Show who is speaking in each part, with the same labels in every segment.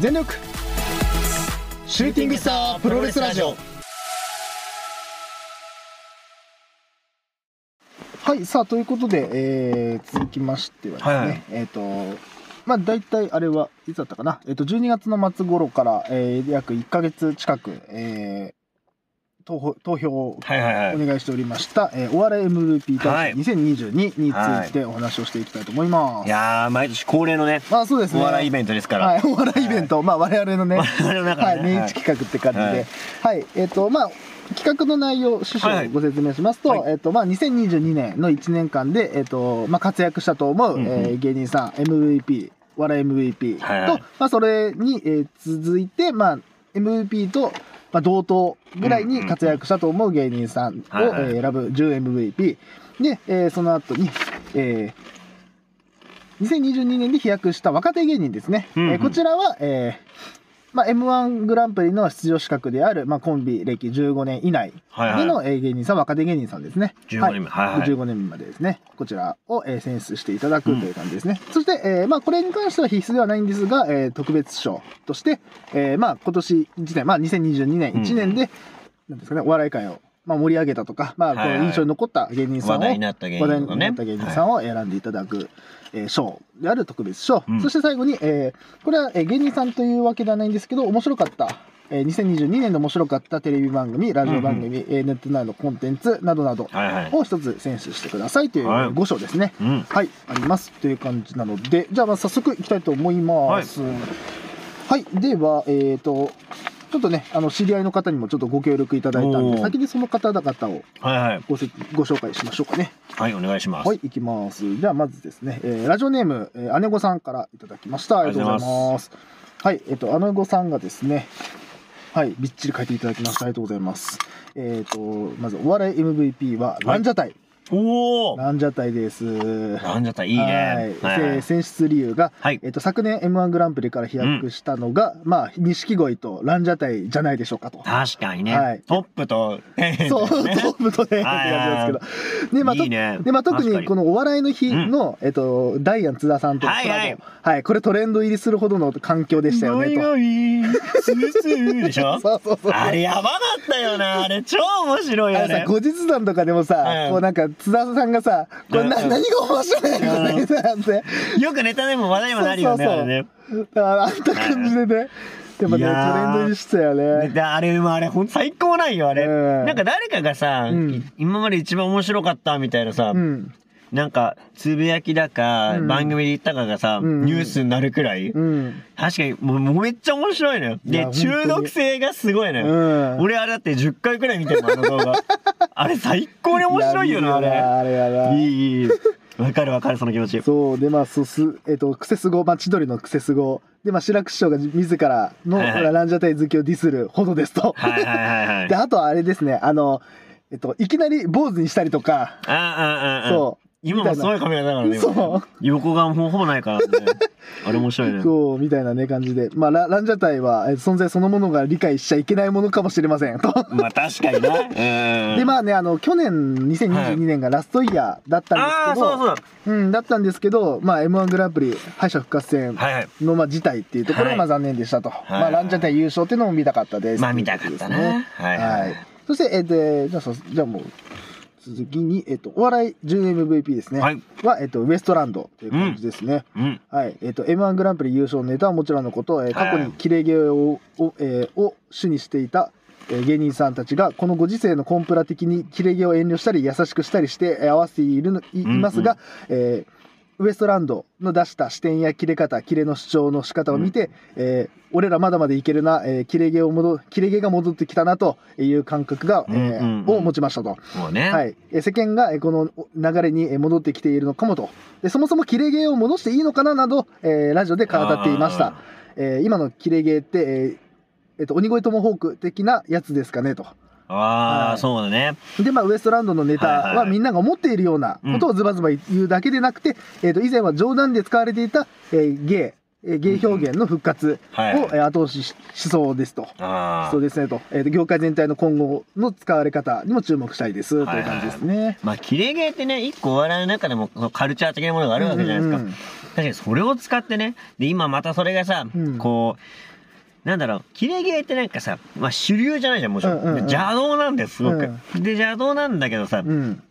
Speaker 1: 全力シューティングスタープロレスラジオはいさあということで、えー続きましてはですね、
Speaker 2: はいはい
Speaker 1: えっ、とまあ大体あれはいつだったかな、えっと12月の末頃から、えー約1ヶ月近く、えー投票投票を
Speaker 2: はいはいはい
Speaker 1: お願いしておりました、えーお笑い MVP 大賞2022につ
Speaker 2: はい
Speaker 1: いてお話をしていきたいと思います。
Speaker 2: いやー毎年恒例のね
Speaker 1: まあそうです
Speaker 2: お
Speaker 1: ね。
Speaker 2: 笑いイベントですから、
Speaker 1: はい、お笑いイベント、まあ我々のね、
Speaker 2: 我々の中
Speaker 1: は
Speaker 2: で
Speaker 1: い、
Speaker 2: ね、
Speaker 1: 年一企画って感じで、はい、えっ、と、まあ、企画の内容、趣
Speaker 2: はいは
Speaker 1: 旨
Speaker 2: い
Speaker 1: をご説明しますと、
Speaker 2: は
Speaker 1: えっ、と、まあ、2022年の1年間で、えっ、と、まあ、活躍したと思う、
Speaker 2: うんうん
Speaker 1: えー芸人さん、MVP、笑い MVP と、
Speaker 2: はいはい
Speaker 1: まあ、それに、えー続いて、まあ、MVP と、まあ、同等ぐらいに活躍したと思う芸人さんを、
Speaker 2: はいはい
Speaker 1: えー選ぶ 10MVP。で、えーその後に、えー2022年で飛躍した若手芸人ですね。
Speaker 2: うんうん
Speaker 1: えーこちらは、えーまあ、M1 グランプリの出場資格である、まあ、コンビ歴15年以内
Speaker 2: はいはい
Speaker 1: でのえー芸人さん、若手芸人さんですね。
Speaker 2: 15人目はいはい
Speaker 1: 15年までですね。こちらをえー選出していただくという感じですね。そして、えーまあ、これに関しては必須ではないんですが、えー特別賞として、えーまあ、今年1年、まあ、2022年1年で、なんですかね、お笑い界を、まあ、盛り上げたとか、まあ、こ
Speaker 2: はい
Speaker 1: う
Speaker 2: はい
Speaker 1: 印象に残った芸人さんを、
Speaker 2: 話題になった芸人
Speaker 1: 話
Speaker 2: と
Speaker 1: 題
Speaker 2: かね
Speaker 1: になった芸人さんを選んでいただく、えー賞である特別賞、
Speaker 2: うん
Speaker 1: そして最後に、えーこれはえー芸人さんというわけではないんですけど面白かった、えー2022年で面白かったテレビ番組ラジオ番組、えーネットなどのコンテンツなどなど
Speaker 2: はいはい
Speaker 1: を一つ選出してくださいという
Speaker 2: はい
Speaker 1: 5賞ですね
Speaker 2: うん
Speaker 1: はい、ありますという感じなのでじゃあまあ早速いきたいと思いますはい、ではえっ、とちょっとねあの知り合いの方にもちょっとご協力いただいたん
Speaker 2: お
Speaker 1: で
Speaker 2: ー
Speaker 1: 先にその方々を
Speaker 2: はいはい
Speaker 1: ごせご紹介しましょうかね
Speaker 2: はいお願いします、
Speaker 1: はい、いきます。じゃあ、まずですね、えーラジオネーム、えー姉御さんからいただきました。あ
Speaker 2: あ
Speaker 1: り
Speaker 2: り
Speaker 1: が
Speaker 2: が
Speaker 1: と
Speaker 2: と
Speaker 1: う
Speaker 2: う
Speaker 1: ござい
Speaker 2: ござい
Speaker 1: ます。はい、えっ、と、姉御さんがですね、はい、びっちり書いていただきました。ありがとうございます。えっ、と、まず、お笑い MVP は、ランジャタイ。
Speaker 2: おお
Speaker 1: ランジャタイです。
Speaker 2: なんじゃったいいね
Speaker 1: は
Speaker 2: はい
Speaker 1: せ
Speaker 2: い、
Speaker 1: 選出理由が、
Speaker 2: はい
Speaker 1: えっと、昨年 M1 グランプリから飛躍したのが、まあ、錦鯉とランジャタイじゃないでしょうかと。
Speaker 2: 確かにね、
Speaker 1: はい
Speaker 2: トップと
Speaker 1: そう、ト
Speaker 2: ね
Speaker 1: ップとね、って
Speaker 2: はいはい
Speaker 1: 感
Speaker 2: は
Speaker 1: じ
Speaker 2: い
Speaker 1: ですけど。で、まあ、と
Speaker 2: いいね
Speaker 1: で、まあ、特
Speaker 2: 確か
Speaker 1: に
Speaker 2: に
Speaker 1: このお笑いの日の、えっと、ダイアン津田さんとのコラボ。
Speaker 2: はいはい
Speaker 1: はいこれトレンド入りするほどの環境でしたよね、と。
Speaker 2: ノイノイスースーでしょ
Speaker 1: そうそうそう。
Speaker 2: あれやばかったよなあれ超面白い
Speaker 1: あ
Speaker 2: よ
Speaker 1: れさ
Speaker 2: ね
Speaker 1: 後日談とかでもさ、
Speaker 2: はい
Speaker 1: こうなんか津田さんがさ「これな
Speaker 2: う
Speaker 1: 何
Speaker 2: ん
Speaker 1: が面白いの?」みたいなって
Speaker 2: よくネタでも話題にもなるよね
Speaker 1: そうそ
Speaker 2: あ
Speaker 1: うそう
Speaker 2: れね
Speaker 1: だからあんた感じでねやっぱねト
Speaker 2: い
Speaker 1: レ
Speaker 2: やー
Speaker 1: ンド入りしてたよね
Speaker 2: であれもあれほんと最高なんよあれ、
Speaker 1: うん
Speaker 2: なんか誰かがさ、
Speaker 1: うん
Speaker 2: い今まで一番面白かったみたいなさ、
Speaker 1: うん
Speaker 2: なんかつぶやきだか、
Speaker 1: うん
Speaker 2: 番組で言ったかがさ、
Speaker 1: うん
Speaker 2: ニュースになるくらい、
Speaker 1: うん
Speaker 2: 確かにもうもうめっちゃ面白いのよ
Speaker 1: いや
Speaker 2: で中毒性がすごいの
Speaker 1: う
Speaker 2: よ、
Speaker 1: ん
Speaker 2: 俺あれだって10回くらい見てるのあの動 画あれ最高に面白いよな
Speaker 1: や
Speaker 2: あれ
Speaker 1: あれやない
Speaker 2: いいいわかるわかるその気持ち
Speaker 1: そうでまあそすえっ、とクセスゴまあ千鳥のクセスゴでまあ志らく師匠が自らの、
Speaker 2: はいはい
Speaker 1: ランジャタイ好きをディスるほどですと、
Speaker 2: はいはいはいはい
Speaker 1: であとはあれですねあのえっといきなり坊主にしたりとか、
Speaker 2: あああああ
Speaker 1: そう
Speaker 2: 今もすごい髪型だからね
Speaker 1: そう
Speaker 2: 今ね横がもうほぼないから ねあれ面白いね
Speaker 1: そうみたいなね感じでまあラランジャタイはえ存在そのものが理解しちゃいけないものかもしれませんと。
Speaker 2: まあ確かにね
Speaker 1: でまあねあの去年2022年がラストイヤーだったんです
Speaker 2: ああー
Speaker 1: けど、
Speaker 2: そうそう
Speaker 1: うんだったんですけどまあ M1 グランプリ敗者復活戦
Speaker 2: はいはい
Speaker 1: のまあ事態っていうところ
Speaker 2: は
Speaker 1: が
Speaker 2: い
Speaker 1: まあ残念でしたと、
Speaker 2: はい
Speaker 1: まあランジャタイ優勝っていうのも見たかったです
Speaker 2: まあ見たかったな
Speaker 1: は、
Speaker 2: はいいはい
Speaker 1: そしてえーでじゃあそじゃあもう続きに、えっとお笑い 10MVP ですね、
Speaker 2: はい
Speaker 1: はえっとウエストランドという感じですね、
Speaker 2: うん
Speaker 1: はいえっと m 1グランプリ優勝ネタはもちろんのこと、えー過去
Speaker 2: は
Speaker 1: に
Speaker 2: い
Speaker 1: キレ芸を,、をえーを主にしていた、えー芸人さんたちがこのご時世のコンプラ的にキレ芸を遠慮したり優しくしたりしてえー合わせているのいい
Speaker 2: うんうん
Speaker 1: ますが、えーウエストランドの出した視点やキレ方キレの主張の仕方を見て、えー俺らまだまだいけるな、えー、キレ芸を戻キレ芸が戻ってきたなという感覚が、えー
Speaker 2: うんうんうん
Speaker 1: を持ちましたと。
Speaker 2: もうね、
Speaker 1: はい、えー世間がえーこの流れにえー戻ってきているのかもとでそもそもキレゲーを戻していいのかななど、えーラジオで語っていました、えー今のキレゲーって、えーえっと鬼越トモホーク的なやつですかねと
Speaker 2: あーあー、
Speaker 1: はい
Speaker 2: そうだね
Speaker 1: でまあウエストランドのネタ
Speaker 2: はいは
Speaker 1: はいみんなが思っているようなことをズバズバ言うだけでなくて、えー、と以前は冗談で使われていた、えーゲイえーゲイ表現の復活を、
Speaker 2: はいはい
Speaker 1: えー後押しししそうですと。
Speaker 2: ああ
Speaker 1: そうですねと、えーと業界全体の今後の使われ方にも注目したいですという感じですね。
Speaker 2: まあ、キレゲーってね、一個お笑いの中でも、そのカルチャー的なものがあるわけじゃないですか。
Speaker 1: うんうんうん
Speaker 2: 確かにそれを使ってねで今またそれがさ、
Speaker 1: うん
Speaker 2: こうなんだろうキレゲーってなんかさ、まあ、主流じゃないじゃんもちろ
Speaker 1: う
Speaker 2: ん,、
Speaker 1: んうんうん
Speaker 2: 邪道なんだよすごく、
Speaker 1: う
Speaker 2: で邪道なんだけどさ、
Speaker 1: うん。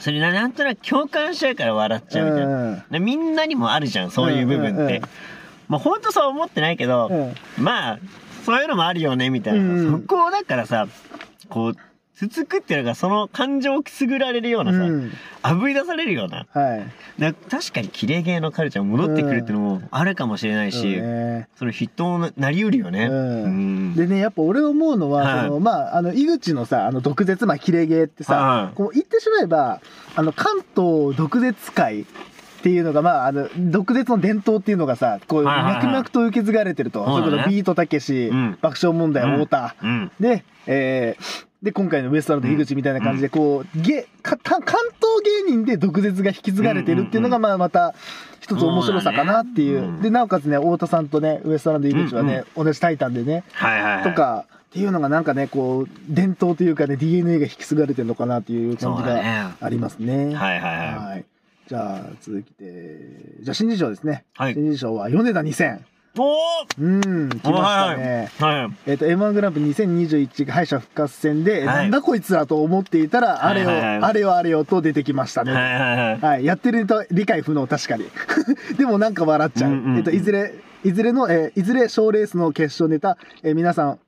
Speaker 2: それななんとなく共感しちゃうから笑っちゃうみたいな、
Speaker 1: うん
Speaker 2: でみんなにもあるじゃんそういう部分って、
Speaker 1: うんうんうん
Speaker 2: まあ本当そう思ってないけど、
Speaker 1: うん
Speaker 2: まあそういうのもあるよねみたいな、
Speaker 1: うんうん
Speaker 2: そこをだからさこうつつくっていうのがその感情をくすぐられるようなさ、
Speaker 1: うん
Speaker 2: あぶり出されるような
Speaker 1: はい。
Speaker 2: な確かにキレゲーのカルチャー戻ってくるっていうのもあるかもしれない
Speaker 1: そう
Speaker 2: し、
Speaker 1: ね
Speaker 2: その筆頭になりうるよね。
Speaker 1: うん
Speaker 2: うん
Speaker 1: でね、やっぱ俺思うのは、
Speaker 2: はい
Speaker 1: そのまあ、あの、井口のさ、あの、毒舌、まあ、キレゲーってさ、
Speaker 2: はい
Speaker 1: こう言ってしまえば、あの、関東毒舌会っていうのが、まあ、あの、毒舌の伝統っていうのがさ、こう、
Speaker 2: はいはいはい
Speaker 1: 脈々と受け継がれてると。
Speaker 2: そうだね
Speaker 1: それこそビートたけし
Speaker 2: うん、
Speaker 1: 爆笑問題、太田。
Speaker 2: うん
Speaker 1: で、えーで、今回のウエストランド井口みたいな感じで、こう、げか関東芸人で毒舌が引き継がれてるっていうのが、
Speaker 2: うん
Speaker 1: まあ、また、一つ面白さかなってい
Speaker 2: そうだねう
Speaker 1: う。
Speaker 2: ん
Speaker 1: で、なおかつね、太田さんとね、ウエストランド井口はね、同じタイタンでね、
Speaker 2: はいはいはい、
Speaker 1: とかっていうのがなんかねこう伝統というかね DNA が引き継がれてるのかなっていう感
Speaker 2: そ
Speaker 1: じ
Speaker 2: うだ
Speaker 1: が
Speaker 2: ね。
Speaker 1: ありますね。
Speaker 2: はいはいはい。
Speaker 1: はいじゃあ続きでじゃあ新人賞ですね、
Speaker 2: はい
Speaker 1: 新人賞は米田2000
Speaker 2: おー
Speaker 1: うん来ましたね、
Speaker 2: はいはい
Speaker 1: えっ、と m 1グランプリ2021敗者復活戦で、
Speaker 2: はい
Speaker 1: なんだこいつらと思っていたらあれを、
Speaker 2: はいはいはい
Speaker 1: あれよあれよと出てきましたね、
Speaker 2: はいはいはい。
Speaker 1: はい、やってると理解不能確かに でもなんか笑っちゃう、
Speaker 2: うんうんうん
Speaker 1: えっと、いずれいずれの、えーいずれ賞レースの決勝ネタ、えー皆さん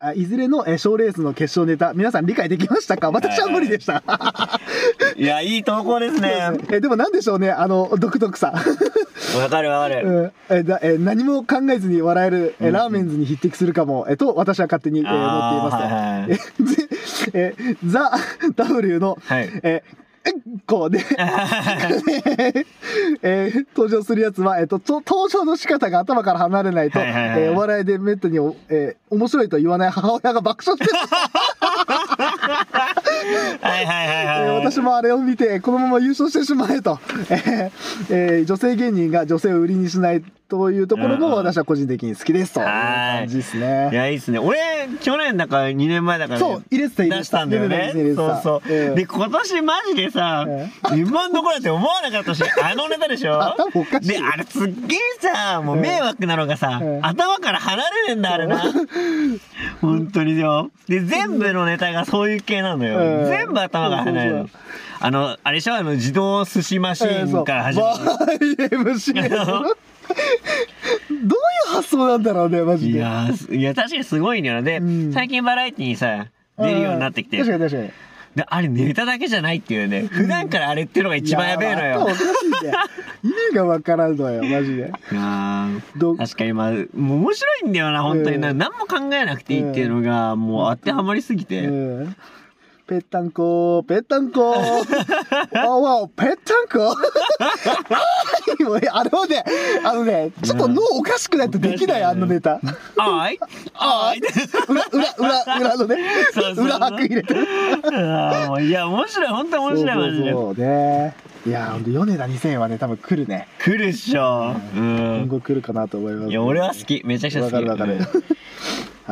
Speaker 1: あいずれの賞、えー賞レースの決勝ネタ皆さん理解できましたか私は無理で した、
Speaker 2: いや、いい投稿です ね。わ
Speaker 1: えーでもなんでしょうねあの独特さ、
Speaker 2: かるわか
Speaker 1: う
Speaker 2: る。
Speaker 1: んえーだえー何も考えずに笑える、えーラーメンズに匹敵するかも、えーと私は勝手に、えー思っています、
Speaker 2: あー
Speaker 1: えーぜえーザ・ W の、
Speaker 2: はいはい。
Speaker 1: えーえっこう でえー登場するやつは、えっと、と登場の仕方が頭から離れないと、
Speaker 2: はいはいはい
Speaker 1: えーお笑いでめったにお、えー面白いと言わない母親が爆笑してる、
Speaker 2: はいはいはい
Speaker 1: え
Speaker 2: はい
Speaker 1: ー
Speaker 2: はい。
Speaker 1: 私もあれを見て、このまま優勝してしまえと、えーえー女性芸人が女性を売りにしないというところ
Speaker 2: うんう
Speaker 1: も
Speaker 2: ん
Speaker 1: 私は個人的に好きですという
Speaker 2: はい
Speaker 1: 感じです
Speaker 2: い
Speaker 1: ね。
Speaker 2: や、いいっすね。俺、去年だから2年前だからね、
Speaker 1: そう、入れてた、入れ
Speaker 2: 出
Speaker 1: て。
Speaker 2: したたんだよね
Speaker 1: 入れ。てた
Speaker 2: そうそう。
Speaker 1: 入れてたえ
Speaker 2: で、
Speaker 1: ー
Speaker 2: 今年マジでさ、
Speaker 1: え
Speaker 2: 今んところだって思わなかったし、あのネタでし ょ
Speaker 1: 頭おかしい
Speaker 2: で、あれすっげえさ、もう迷惑なのがさ
Speaker 1: ええ、
Speaker 2: 頭から離れねえんだ、あれな。本当によ。で、全部のネタがそういう系なの
Speaker 1: え
Speaker 2: よ。
Speaker 1: え
Speaker 2: 全部頭から離れる
Speaker 1: そう
Speaker 2: の
Speaker 1: そ。
Speaker 2: あの、あれでしょあの、自動寿司マシ
Speaker 1: えーそ
Speaker 2: ー
Speaker 1: う
Speaker 2: ンから始まる。
Speaker 1: バー MC どういう発想なんだろうね、マジ
Speaker 2: い
Speaker 1: で。
Speaker 2: やーすいや確かにすごいんだよね、
Speaker 1: うん
Speaker 2: 最近バラエティにさ出るようになってきて
Speaker 1: 確かに確かに。
Speaker 2: であれネタだけじゃないっていうね普段からあれっていうのが一番やべえの
Speaker 1: いや
Speaker 2: よ
Speaker 1: 頭おか しいね意味がわからんのよ、マジで。
Speaker 2: いやー
Speaker 1: ど
Speaker 2: 確かにまあもう面白いんだよな本当にな、
Speaker 1: うん
Speaker 2: 何も考えなくていいっていうのがもう当てはまりすぎて、
Speaker 1: うんぺったんこぺったんこわおわお、ぺったんこもうねあれはね、あのね、ちょっと脳おかしくないとできない、
Speaker 2: うん
Speaker 1: あのネタ。
Speaker 2: あーいあーい
Speaker 1: 裏、裏、裏、裏のね
Speaker 2: そうそう、そう
Speaker 1: 裏拍入れてる。
Speaker 2: あーもういや面白い本当面白いマジで
Speaker 1: そうそうそうね。いや、ほんと、米田2000はね、多分来るね。
Speaker 2: 来るっしょう
Speaker 1: 今
Speaker 2: ん
Speaker 1: 後来るかなと思います、
Speaker 2: いや俺は好きめちゃくちゃ好
Speaker 1: わ
Speaker 2: き
Speaker 1: かるわかる
Speaker 2: うん。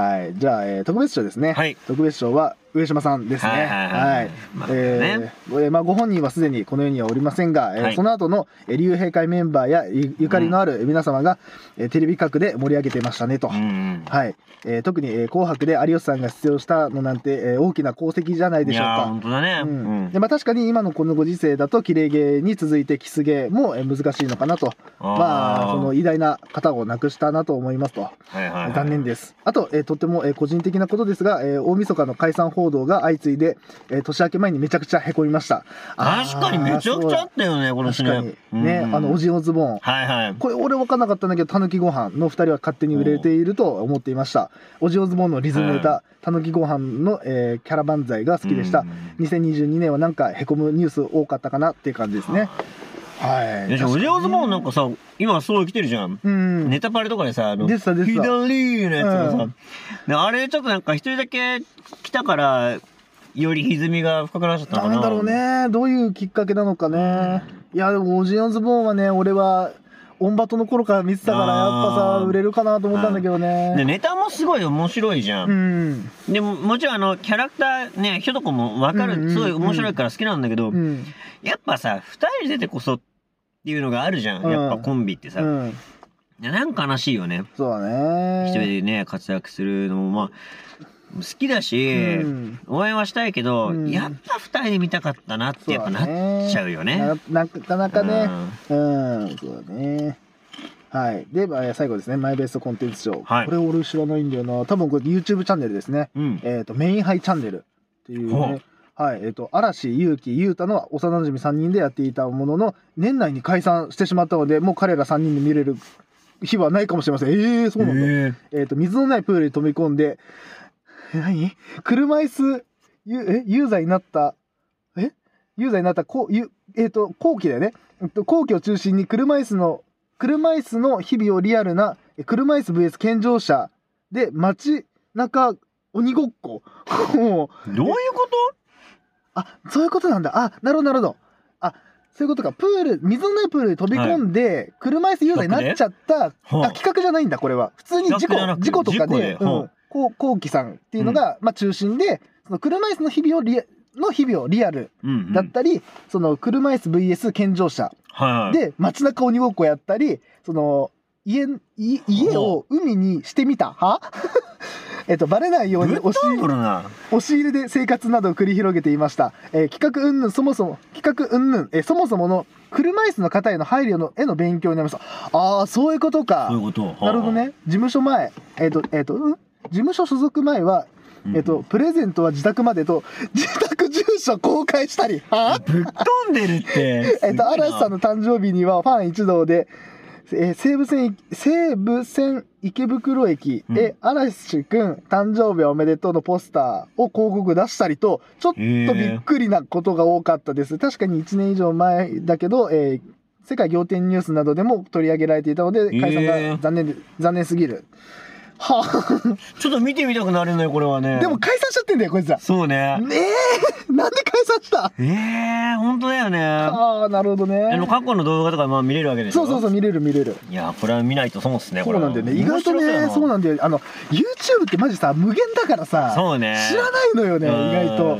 Speaker 1: はい、じゃあ、えー特別賞ですね。
Speaker 2: はい
Speaker 1: 特別賞は上島さんですね。
Speaker 2: はいはいはい
Speaker 1: はい
Speaker 2: まあ
Speaker 1: え
Speaker 2: ね
Speaker 1: ーえーまあ、ご本人はすでにこの世にはおりませんが、えー
Speaker 2: はい
Speaker 1: その後のえー竜兵会メンバーやゆゆかりのある皆様が、えーテレビ局で盛り上げてましたねと。
Speaker 2: うん
Speaker 1: はい、えー特に、えー紅白で有吉さんが出場したのなんて、えー大きな功績じゃないで
Speaker 2: い
Speaker 1: しょう
Speaker 2: やー
Speaker 1: か
Speaker 2: 本。当だね、
Speaker 1: う
Speaker 2: うん
Speaker 1: んでまあ、確かに今のこのご時世だとキレゲーに続いてキスゲーもえー難しいのかなと
Speaker 2: あー
Speaker 1: まあその偉大な方を亡くしたなと思いますと
Speaker 2: はいはいはい
Speaker 1: 残念です。あと、えーとっても、えー個人的なことですが、えー大晦日の解散報道が相次いで、えー年明け前にめちゃくちゃへこみました。あー
Speaker 2: 確かにめちゃくちゃあったよね、この
Speaker 1: そ
Speaker 2: 年
Speaker 1: う
Speaker 2: ね
Speaker 1: だ確かに。ね、
Speaker 2: うん
Speaker 1: あの、おじんおズボン。
Speaker 2: はいはい。
Speaker 1: これ俺分かんなかったんだけど、たぬきご飯の2人は勝手に売れていると思っていました。おじんおズボンのリズムネタ、たぬきご飯の、えーキャラバンザイが好きでした。
Speaker 2: うん
Speaker 1: 2022年はなんかへこむニュース多かったかなっていう感じですね。はい。
Speaker 2: でしょ、おじおずもなん
Speaker 1: か
Speaker 2: かさ、今すごい来てるじゃん。
Speaker 1: に、うん。
Speaker 2: ネタパレとかでさ、あの、
Speaker 1: 出てた出てた
Speaker 2: 左のやつがさ、
Speaker 1: うん
Speaker 2: であれちょっとなんか一人だけ来たから、より歪みが深くなっちゃったのかな。
Speaker 1: なんだろう。ねどういうきっかけなのかね、いやでもオジオンズボーンはね俺はオンバトの頃から見てたからや
Speaker 2: あ
Speaker 1: っ
Speaker 2: ー
Speaker 1: ぱさ売れるかなと思ったんだけどね、
Speaker 2: で、ネタもすごい面白いじゃ。
Speaker 1: うんん
Speaker 2: でも、もちろんあの、キャラクターね、ひとこもわか
Speaker 1: うんうんう
Speaker 2: る、
Speaker 1: ん
Speaker 2: すごい面白いから好きなんだけど
Speaker 1: う、ん
Speaker 2: やっぱさ、二人出てこそ、っていうのがあるじゃん。
Speaker 1: うん
Speaker 2: やっぱコンビってさ。
Speaker 1: うん。
Speaker 2: いやなんか悲しいよね。
Speaker 1: そうだ
Speaker 2: 一人
Speaker 1: ね。
Speaker 2: でね、活躍するのも、まあ、好きだし、
Speaker 1: うん
Speaker 2: 応援はしたいけど、
Speaker 1: うん
Speaker 2: やっぱ二人で見たかったなってやっぱなっちゃうよね。
Speaker 1: ななかなかね。うん、そうだね。はい。で、まあ最後ですね。マイベストコンテンツ賞。
Speaker 2: はい
Speaker 1: これ俺知らないんだよな。多分これ YouTube チャンネルですね。
Speaker 2: うん。
Speaker 1: えっ、と、メインハイチャンネルっていう
Speaker 2: ほ
Speaker 1: ね
Speaker 2: う。
Speaker 1: はい。えっ、と、嵐、ゆうき、ゆうたの幼馴染3人でやっていたものの、年内に解散してしまったので、もう彼ら3人で見れる日はないかもしれません。ええー、そうなんだ。
Speaker 2: え
Speaker 1: えー、と水のないプールに飛び込んでえ何車椅子ゆえ有罪になったえ有罪になったこうゆえー、と後期だよねうんと後期を中心に車椅子の車椅子の日々をリアルなえ車椅子 VS 健常者で街中鬼ごっこ もう
Speaker 2: ーどういうこ
Speaker 1: あそういうことなんだあなるほどなるほどあそういうことかプール水のないプールに飛び込んで、車椅子有罪になっちゃった
Speaker 2: と
Speaker 1: あ企画じゃないんだこれは普通に事
Speaker 2: 企画じゃな
Speaker 1: 故
Speaker 2: くて
Speaker 1: 事故とか
Speaker 2: 事故
Speaker 1: で
Speaker 2: で
Speaker 1: う
Speaker 2: ほ
Speaker 1: ん
Speaker 2: う
Speaker 1: こうこうきさんっていうのが、まあ、中心でその車椅子の日々をリアの日々をリアル
Speaker 2: うんうん
Speaker 1: だったり、その車椅子 VS 健常者
Speaker 2: はいはい。
Speaker 1: で街中鬼ごっこやったりその家い家を海にしてみたは えっとバレないよう
Speaker 2: ぶ
Speaker 1: に
Speaker 2: っ
Speaker 1: 押し
Speaker 2: 飛んどるな。
Speaker 1: 押し入れで生活などを繰り広げていました、えー企画云々そもそも企画云々えーそもそもの車椅子の方への配慮のへの勉強になりましたああそういうことか
Speaker 2: そういうこと。
Speaker 1: なるほどね。事務所前、えっ、と、えっ、と、うん事務所所属前は、
Speaker 2: うんうん。
Speaker 1: えっ、と、プレゼントは自宅までと、自宅住所公開したり、は
Speaker 2: ぶっ飛んでるっ て。
Speaker 1: えっ、と、嵐さん
Speaker 2: の。
Speaker 1: の誕生日にはファン一同で、えー西武線、西武線池袋駅で、嵐くん誕生日おめでとうのポスターを広告出したりと、ちょっと
Speaker 2: へえ
Speaker 1: びっくりなことが多かったです。確かに1年以上前だけど、えー世界仰天ニュースなどでも取り上げられていたので、解散
Speaker 2: へ
Speaker 1: が
Speaker 2: え
Speaker 1: 残念で、残念すぎる。はあ、
Speaker 2: ちょっと見てみたくなるね、これはね。
Speaker 1: でも、解散しちゃってんだよ、こいつら。ね
Speaker 2: そうね。
Speaker 1: え、なんで解散した
Speaker 2: ええ、本当だよね。あ
Speaker 1: ああ、なるほどね。
Speaker 2: の、過去の動画とかまあ見れるわけでし
Speaker 1: そ
Speaker 2: ょ。
Speaker 1: うそうそう、見れる見れる。
Speaker 2: いやーこれは見ないと損っすね
Speaker 1: そ
Speaker 2: こ
Speaker 1: う
Speaker 2: れ
Speaker 1: な
Speaker 2: は
Speaker 1: んだよね。意外と
Speaker 2: 面白
Speaker 1: ね、そうなんだよ。あの、YouTube ってマジさ、無限だからさ、
Speaker 2: そうね
Speaker 1: 知らないのよね、意外と。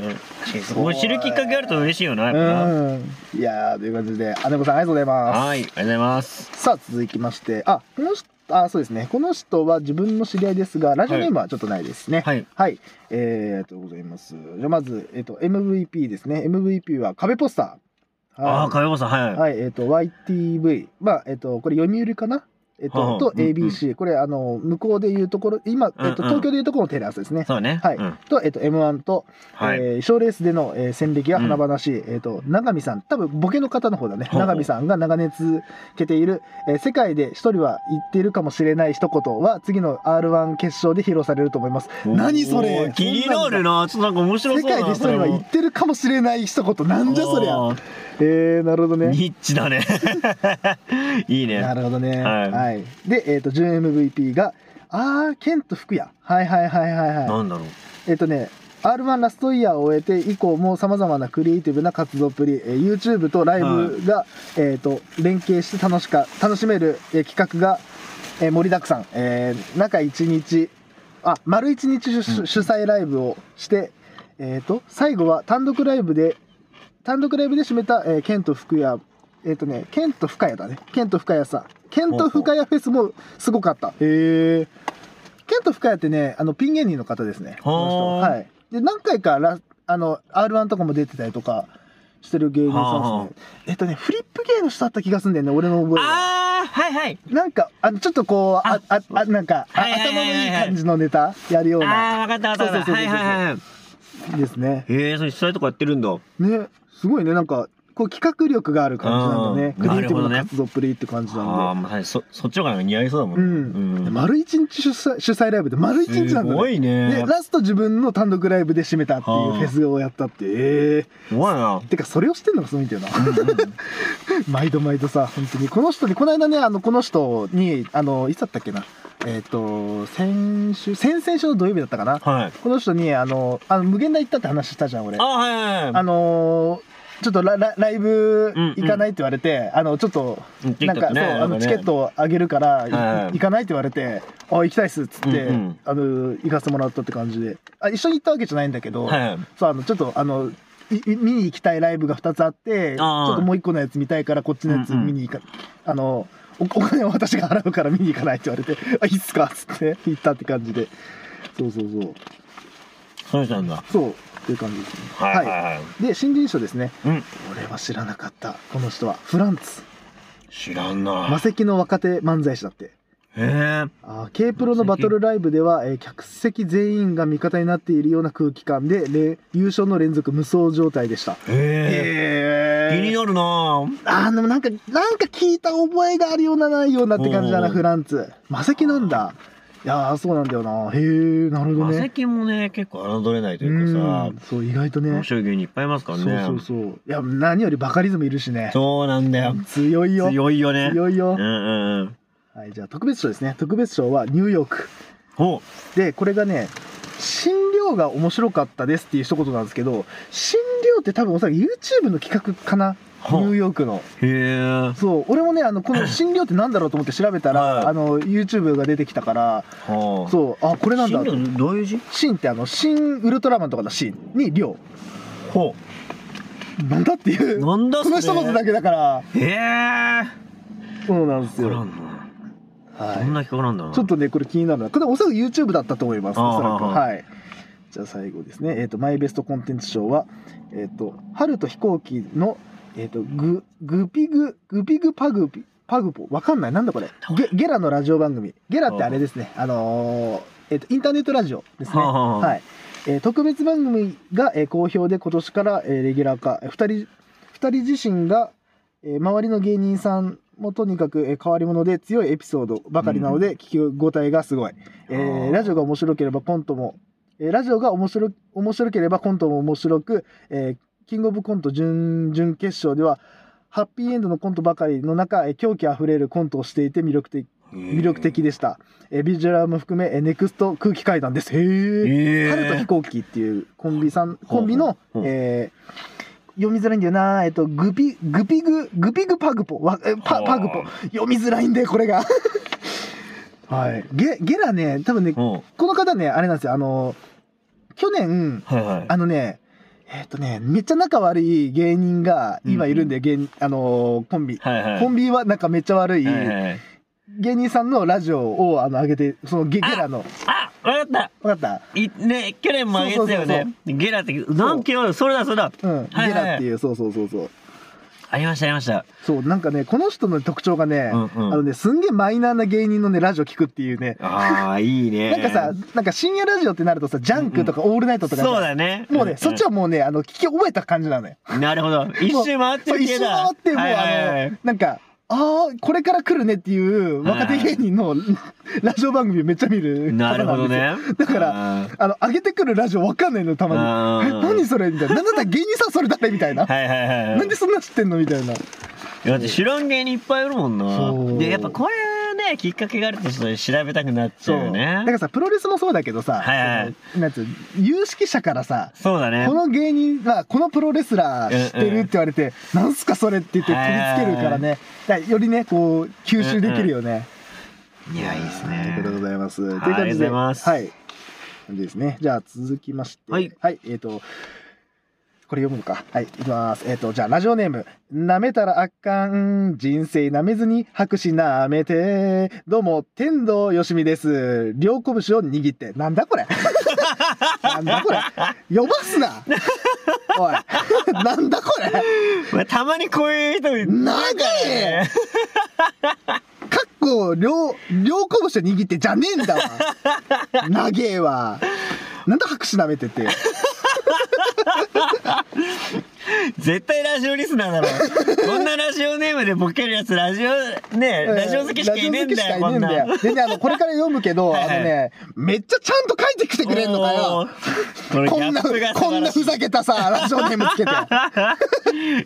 Speaker 2: とそこ知るきっかけあると嬉しいよなやっぱな
Speaker 1: うん。いやー、という感じで、あねこさん、ありがとうございます。
Speaker 2: はいありがとうございます
Speaker 1: さあ、続きまして、あ、この人、あ、そうですね。この人は自分の知り合いですが、ラジオネームはちょっとないですね。
Speaker 2: はい
Speaker 1: はい。えー、ということでございます。じゃあまず、えっ、と、MVP ですね。MVP は壁ポスター。はい
Speaker 2: ああ影山さんは い
Speaker 1: はい、えっ、と、YTV。まあ、えっ、と、これ読売かなえっ、
Speaker 2: は
Speaker 1: と、
Speaker 2: あ
Speaker 1: と
Speaker 2: うんうん
Speaker 1: ABC。これ、あの、向こうでいうところ、今、えっ、と、
Speaker 2: うんうん
Speaker 1: 東京でいうところのテレ朝ですね。
Speaker 2: そうね
Speaker 1: はい
Speaker 2: うん
Speaker 1: と、えっ、と、M1 と、
Speaker 2: は
Speaker 1: え
Speaker 2: い
Speaker 1: ー賞レースでの、えー戦歴が華々しい、えっ、と、永見さん、多分ボケの方の方だね。
Speaker 2: ほう
Speaker 1: 永見さんが長年続けている、えー世界で一人は言っているかもしれない一言は、次の R1 決勝で披露されると思います。何それ
Speaker 2: おー気になるなちょっとなんか面白
Speaker 1: 世
Speaker 2: そうだ
Speaker 1: 界
Speaker 2: な
Speaker 1: で一人は言ってるかもしれない一言、なんじゃそりゃ。
Speaker 2: あー
Speaker 1: えー、なるほどね。
Speaker 2: ニッチだね いい
Speaker 1: なる
Speaker 2: ね
Speaker 1: ほどね。は。
Speaker 2: はいい
Speaker 1: で、えっ、と、準 MVP が、あー、ケント福也。はいはいはいはいは
Speaker 2: なんだろう
Speaker 1: い。えっ、とね、R1 ラストイヤーを終えて以降も様々なクリエイティブな活動っぷり、えー YouTube とライブが、えっ、と、連携して楽しか、楽しめる、えー企画が、えー盛りだくさん。えー中1日、あ、丸1日主,、
Speaker 2: うん
Speaker 1: 主催ライブをして、えっ、と、最後は単独ライブで単独ライブで締めた、えー、ケント福也えっ、とねケント深谷だねケント深谷さんケント深谷フェスもすごかったへえケント深谷ってねあのピン芸人の方ですねこの人
Speaker 2: はー
Speaker 1: はいで何回かラあの r 1とかも出てたりとかしてる芸人さんですねえっ、とねフリップ芸の人だった気がするんだよね俺の覚えは
Speaker 2: ああはいはい
Speaker 1: なんかあのちょっとこうあああなんか、あ
Speaker 2: はいはいは
Speaker 1: 頭
Speaker 2: いはい
Speaker 1: のいい感じのネタやるような
Speaker 2: ああーわかったわかったわか
Speaker 1: そ
Speaker 2: った
Speaker 1: うそう
Speaker 2: は
Speaker 1: そうそうそう
Speaker 2: いはいはい
Speaker 1: ですね
Speaker 2: へえそう実際とかやってるんだ
Speaker 1: ねすごいねなんかこう企画力がある感じなんだね
Speaker 2: う
Speaker 1: ク
Speaker 2: ん
Speaker 1: リエイティブな
Speaker 2: なるほどね
Speaker 1: 活動っぷりって感じ
Speaker 2: あ
Speaker 1: な
Speaker 2: あ
Speaker 1: んで
Speaker 2: まあそそっちの方が似合いそうだも
Speaker 1: うん
Speaker 2: ね
Speaker 1: ん、丸一日主催主催ライブで丸一日なんだ
Speaker 2: すご
Speaker 1: ね
Speaker 2: いね
Speaker 1: でラスト自分の単独ライブで締めたっていう
Speaker 2: はあ
Speaker 1: フェスをやったってえ
Speaker 2: すごいな
Speaker 1: えてかそれをしてんのがすごいんだよな毎度毎度さ本当にこの人にこの間ねあのこの人にあのいつだったっけなえっ、と先週先々週の土曜日だったかな
Speaker 2: はい
Speaker 1: この人にあのあの無限大行ったって話したじゃん俺
Speaker 2: あはいはいは
Speaker 1: あ
Speaker 2: い
Speaker 1: のーちょっとララライブ行かないって言われて、あのちょっと
Speaker 2: 言ってき
Speaker 1: な
Speaker 2: た
Speaker 1: ん
Speaker 2: ね
Speaker 1: か、そうあのチケットをあげるからい
Speaker 2: はい
Speaker 1: 行かないって言われて「あ行きたいっす」っつって、
Speaker 2: うんうん
Speaker 1: あの行かせてもらったって感じであ一緒に行ったわけじゃないんだけど、
Speaker 2: はいはい
Speaker 1: そうあのちょっとあのい見に行きたいライブが2つあって、ち
Speaker 2: あー
Speaker 1: ょっともう1個のやつ見たいから、こっちのやつ見に行か、あの、おお金を私が払うから見に行かないって言われて、あ、いいっすかっつって行ったって感じで。そうそうそう。
Speaker 2: そうしたんだ。
Speaker 1: そう、っていう感じですね。
Speaker 2: はいはいはい。
Speaker 1: で、新人賞ですね。
Speaker 2: うん。
Speaker 1: 俺は知らなかった。この人は、フランツ。
Speaker 2: 知らんな
Speaker 1: 魔。石の若手漫才師だって。
Speaker 2: へえ。
Speaker 1: あー K プロのバトルライブでは、えー客席全員が味方になっているような空気感で、れ優勝の連続無双状態でした。
Speaker 2: へえ。
Speaker 1: え
Speaker 2: 気になるな。
Speaker 1: あーでもなんか、なんか聞いた覚えがあるようなないようなって感じだ
Speaker 2: お
Speaker 1: な、
Speaker 2: ー
Speaker 1: フランツ。魔石なんだ。いやー、そうなんだよな。へえ、なるほど
Speaker 2: 魔
Speaker 1: ね。
Speaker 2: 石もね、結構侮れないというかさ
Speaker 1: うん、そう、意外とね
Speaker 2: 面。白い芸人いっぱいいますか
Speaker 1: そう
Speaker 2: ら
Speaker 1: そ
Speaker 2: ね
Speaker 1: う。そう。いや、何よりバカリズムいるしね。
Speaker 2: そうなんだよ。
Speaker 1: 強いよ。
Speaker 2: 強いよね。
Speaker 1: 強いよ
Speaker 2: うん。うんうん。
Speaker 1: はい、じゃあ特別賞ですね。特別賞はニューヨーク。
Speaker 2: お
Speaker 1: で、これがね、診療が面白かったですっていう一言なんですけど、診療って多分おそらく YouTube の企画かな。ニ
Speaker 2: ほう
Speaker 1: ューヨークの。
Speaker 2: へえ。
Speaker 1: そう、俺もね、あの、この 診療ってなんだろうと思って調べた
Speaker 2: はい
Speaker 1: ら、あの、YouTube が出てきたから、
Speaker 2: はあ。
Speaker 1: そう、あ、これなんだ。
Speaker 2: 進路どういう字
Speaker 1: シンってあの、シンウルトラマンとかのシンに量。
Speaker 2: ほ。
Speaker 1: なんだっていうう。
Speaker 2: なんだ
Speaker 1: その一言だ
Speaker 2: け。
Speaker 1: けだから、
Speaker 2: へえ。
Speaker 1: そうなんです
Speaker 2: こら
Speaker 1: よ。
Speaker 2: んの。
Speaker 1: は
Speaker 2: ど
Speaker 1: い
Speaker 2: ん。な企画なんだろうな。
Speaker 1: ちょっとね、これ気になるな。これおそらく YouTube だったと思います、
Speaker 2: あー
Speaker 1: おそらく。
Speaker 2: はあはあ
Speaker 1: はい。じゃあ最後ですね。えっ、と、マイベストコンテンツ賞は、えっ、と、春と飛行機の、えっ、と、グ、グピグ、グピグパグピ、パグポ、わかんない。なんだこれ。ゲゲラのラジオ番組。ゲラってあれですね。あのーえっ、と、インターネットラジオですね。
Speaker 2: はあはあはあ
Speaker 1: はい。えー特別番組が、えー好評で今年から、えーレギュラー化。えー二人、二人自身が、えー周りの芸人さんもとにかく、えー変わり者で強いエピソードばかりなので、聞き応えがすごい、えー
Speaker 2: あー
Speaker 1: ラジオが面白ければコントも、えーラジオが面白面白ければコントも面白く、えーキングオブコント準々決勝ではハッピーエンドのコントばかりの中、えー狂気あふれるコントをしていて魅力的魅力的でした、えービジュアルも含め、えーネクスト空気階段ですへー
Speaker 2: へえ。
Speaker 1: 春と飛行機っていうコンビさん、
Speaker 2: ほう
Speaker 1: コンビの、
Speaker 2: ほう
Speaker 1: えー読みづらいんだよな、えっと、グピ、グピグ、グピグパグポ、わえパ
Speaker 2: はあ
Speaker 1: パグポ。読みづらいんだよ、これ が。はい。ゲ、ゲラね、多分ね、こ
Speaker 2: お
Speaker 1: の方ね、あれなんですよ、あの、去年、
Speaker 2: はいはい。
Speaker 1: あのね、えっ、とね、めっちゃ仲悪い芸人が今いるんで、芸人あのーコンビ。
Speaker 2: はいはい。
Speaker 1: コンビはなんかめっちゃ悪い
Speaker 2: はいはい。
Speaker 1: 芸人さんのラジオをあの上げて、そのゲゲラの、
Speaker 2: あ、わかっ。
Speaker 1: わかった
Speaker 2: いね、去年もあげてたよ
Speaker 1: そうそう
Speaker 2: ね。ゲラって、なんけよ、それだそれだ。
Speaker 1: たうん、
Speaker 2: はいはい
Speaker 1: ゲラっていう、そうそうそうそう。
Speaker 2: ありましたありました。
Speaker 1: そうなんかねこの人の特徴がね、
Speaker 2: うんうん
Speaker 1: あのねすんげえマイナーな芸人のねラジオ聞くっていうね、
Speaker 2: ああ、いいね。
Speaker 1: なんかさなんか深夜ラジオってなるとさジャンクとかオールナイトとかさ、
Speaker 2: そうだね。
Speaker 1: もうね、そっちはもうねあの聞き覚えた感じなのよ
Speaker 2: なるほど。一周回って
Speaker 1: そう
Speaker 2: る
Speaker 1: 一
Speaker 2: 系
Speaker 1: 周
Speaker 2: だ。
Speaker 1: 回ってもう、
Speaker 2: はいはいはい
Speaker 1: あのなんかああこれから来るねっていう若手芸人の ラジオ番組をめっちゃ見る
Speaker 2: なるほ
Speaker 1: 方
Speaker 2: ど
Speaker 1: な
Speaker 2: ね
Speaker 1: んですよ。だから
Speaker 2: ら、はい
Speaker 1: あの上げてくるラジオわかんないのたまに
Speaker 2: う
Speaker 1: 「
Speaker 2: ん
Speaker 1: え何それ?」みたいな「なんだったら芸人さんそれ誰?」みたいな、
Speaker 2: はいはいはい。
Speaker 1: なんでそんな知ってんの?」みたいな。
Speaker 2: だって知らん芸人いっぱいいるもん
Speaker 1: そう
Speaker 2: な。で、やっぱこれね、きっかけがあるとちょっと調べたくなっちゃうよ
Speaker 1: だから
Speaker 2: ね。
Speaker 1: さプロレスもそうだけどさ、
Speaker 2: はいはいはい
Speaker 1: そのなんつうの有識者からさ、
Speaker 2: そうだね。
Speaker 1: この芸人はこのプロレスラー知ってるって言われて、なんすかそれって言って
Speaker 2: はいはいはい
Speaker 1: 取り付けるからね、だからよりねこう吸収できるよね、
Speaker 2: いや、いいです
Speaker 1: という
Speaker 2: ね
Speaker 1: こと。でございます
Speaker 2: い
Speaker 1: という感じで
Speaker 2: ありがとうございます
Speaker 1: はい感じですねじゃあ続きまして
Speaker 2: はい、
Speaker 1: えっ、とこれ読むのかはいいきますえっ、とじゃあラジオネーム「なめたらあかん人生なめずに拍手なめて」どうも天童よしみです両拳を握ってなんだこ れなんだこれ呼ばすなおい なんだこれ
Speaker 2: まあたまにこういう人いる
Speaker 1: 長えかっこ両両拳を握ってじゃねえんだわ長えわなんで拍手舐めてて
Speaker 2: 絶対ラジオリスナー だろ。こんなラジオネームでボケるやつ、ラジオ、ねラジオ好きしかいねえんだ
Speaker 1: ラ
Speaker 2: よ、
Speaker 1: ジオ好
Speaker 2: こ
Speaker 1: きしかいねえ
Speaker 2: ん
Speaker 1: んだ
Speaker 2: な
Speaker 1: よ。でねあのこれから読むけど
Speaker 2: はいはい
Speaker 1: あのねめっちゃちゃんと書いてきてくれんのか
Speaker 2: お
Speaker 1: よ
Speaker 2: ーこれギ
Speaker 1: こ
Speaker 2: ャ
Speaker 1: んな
Speaker 2: ップが素
Speaker 1: こん
Speaker 2: 晴
Speaker 1: な
Speaker 2: らし
Speaker 1: ふ
Speaker 2: い。
Speaker 1: ざけたさラジオネームつけてあ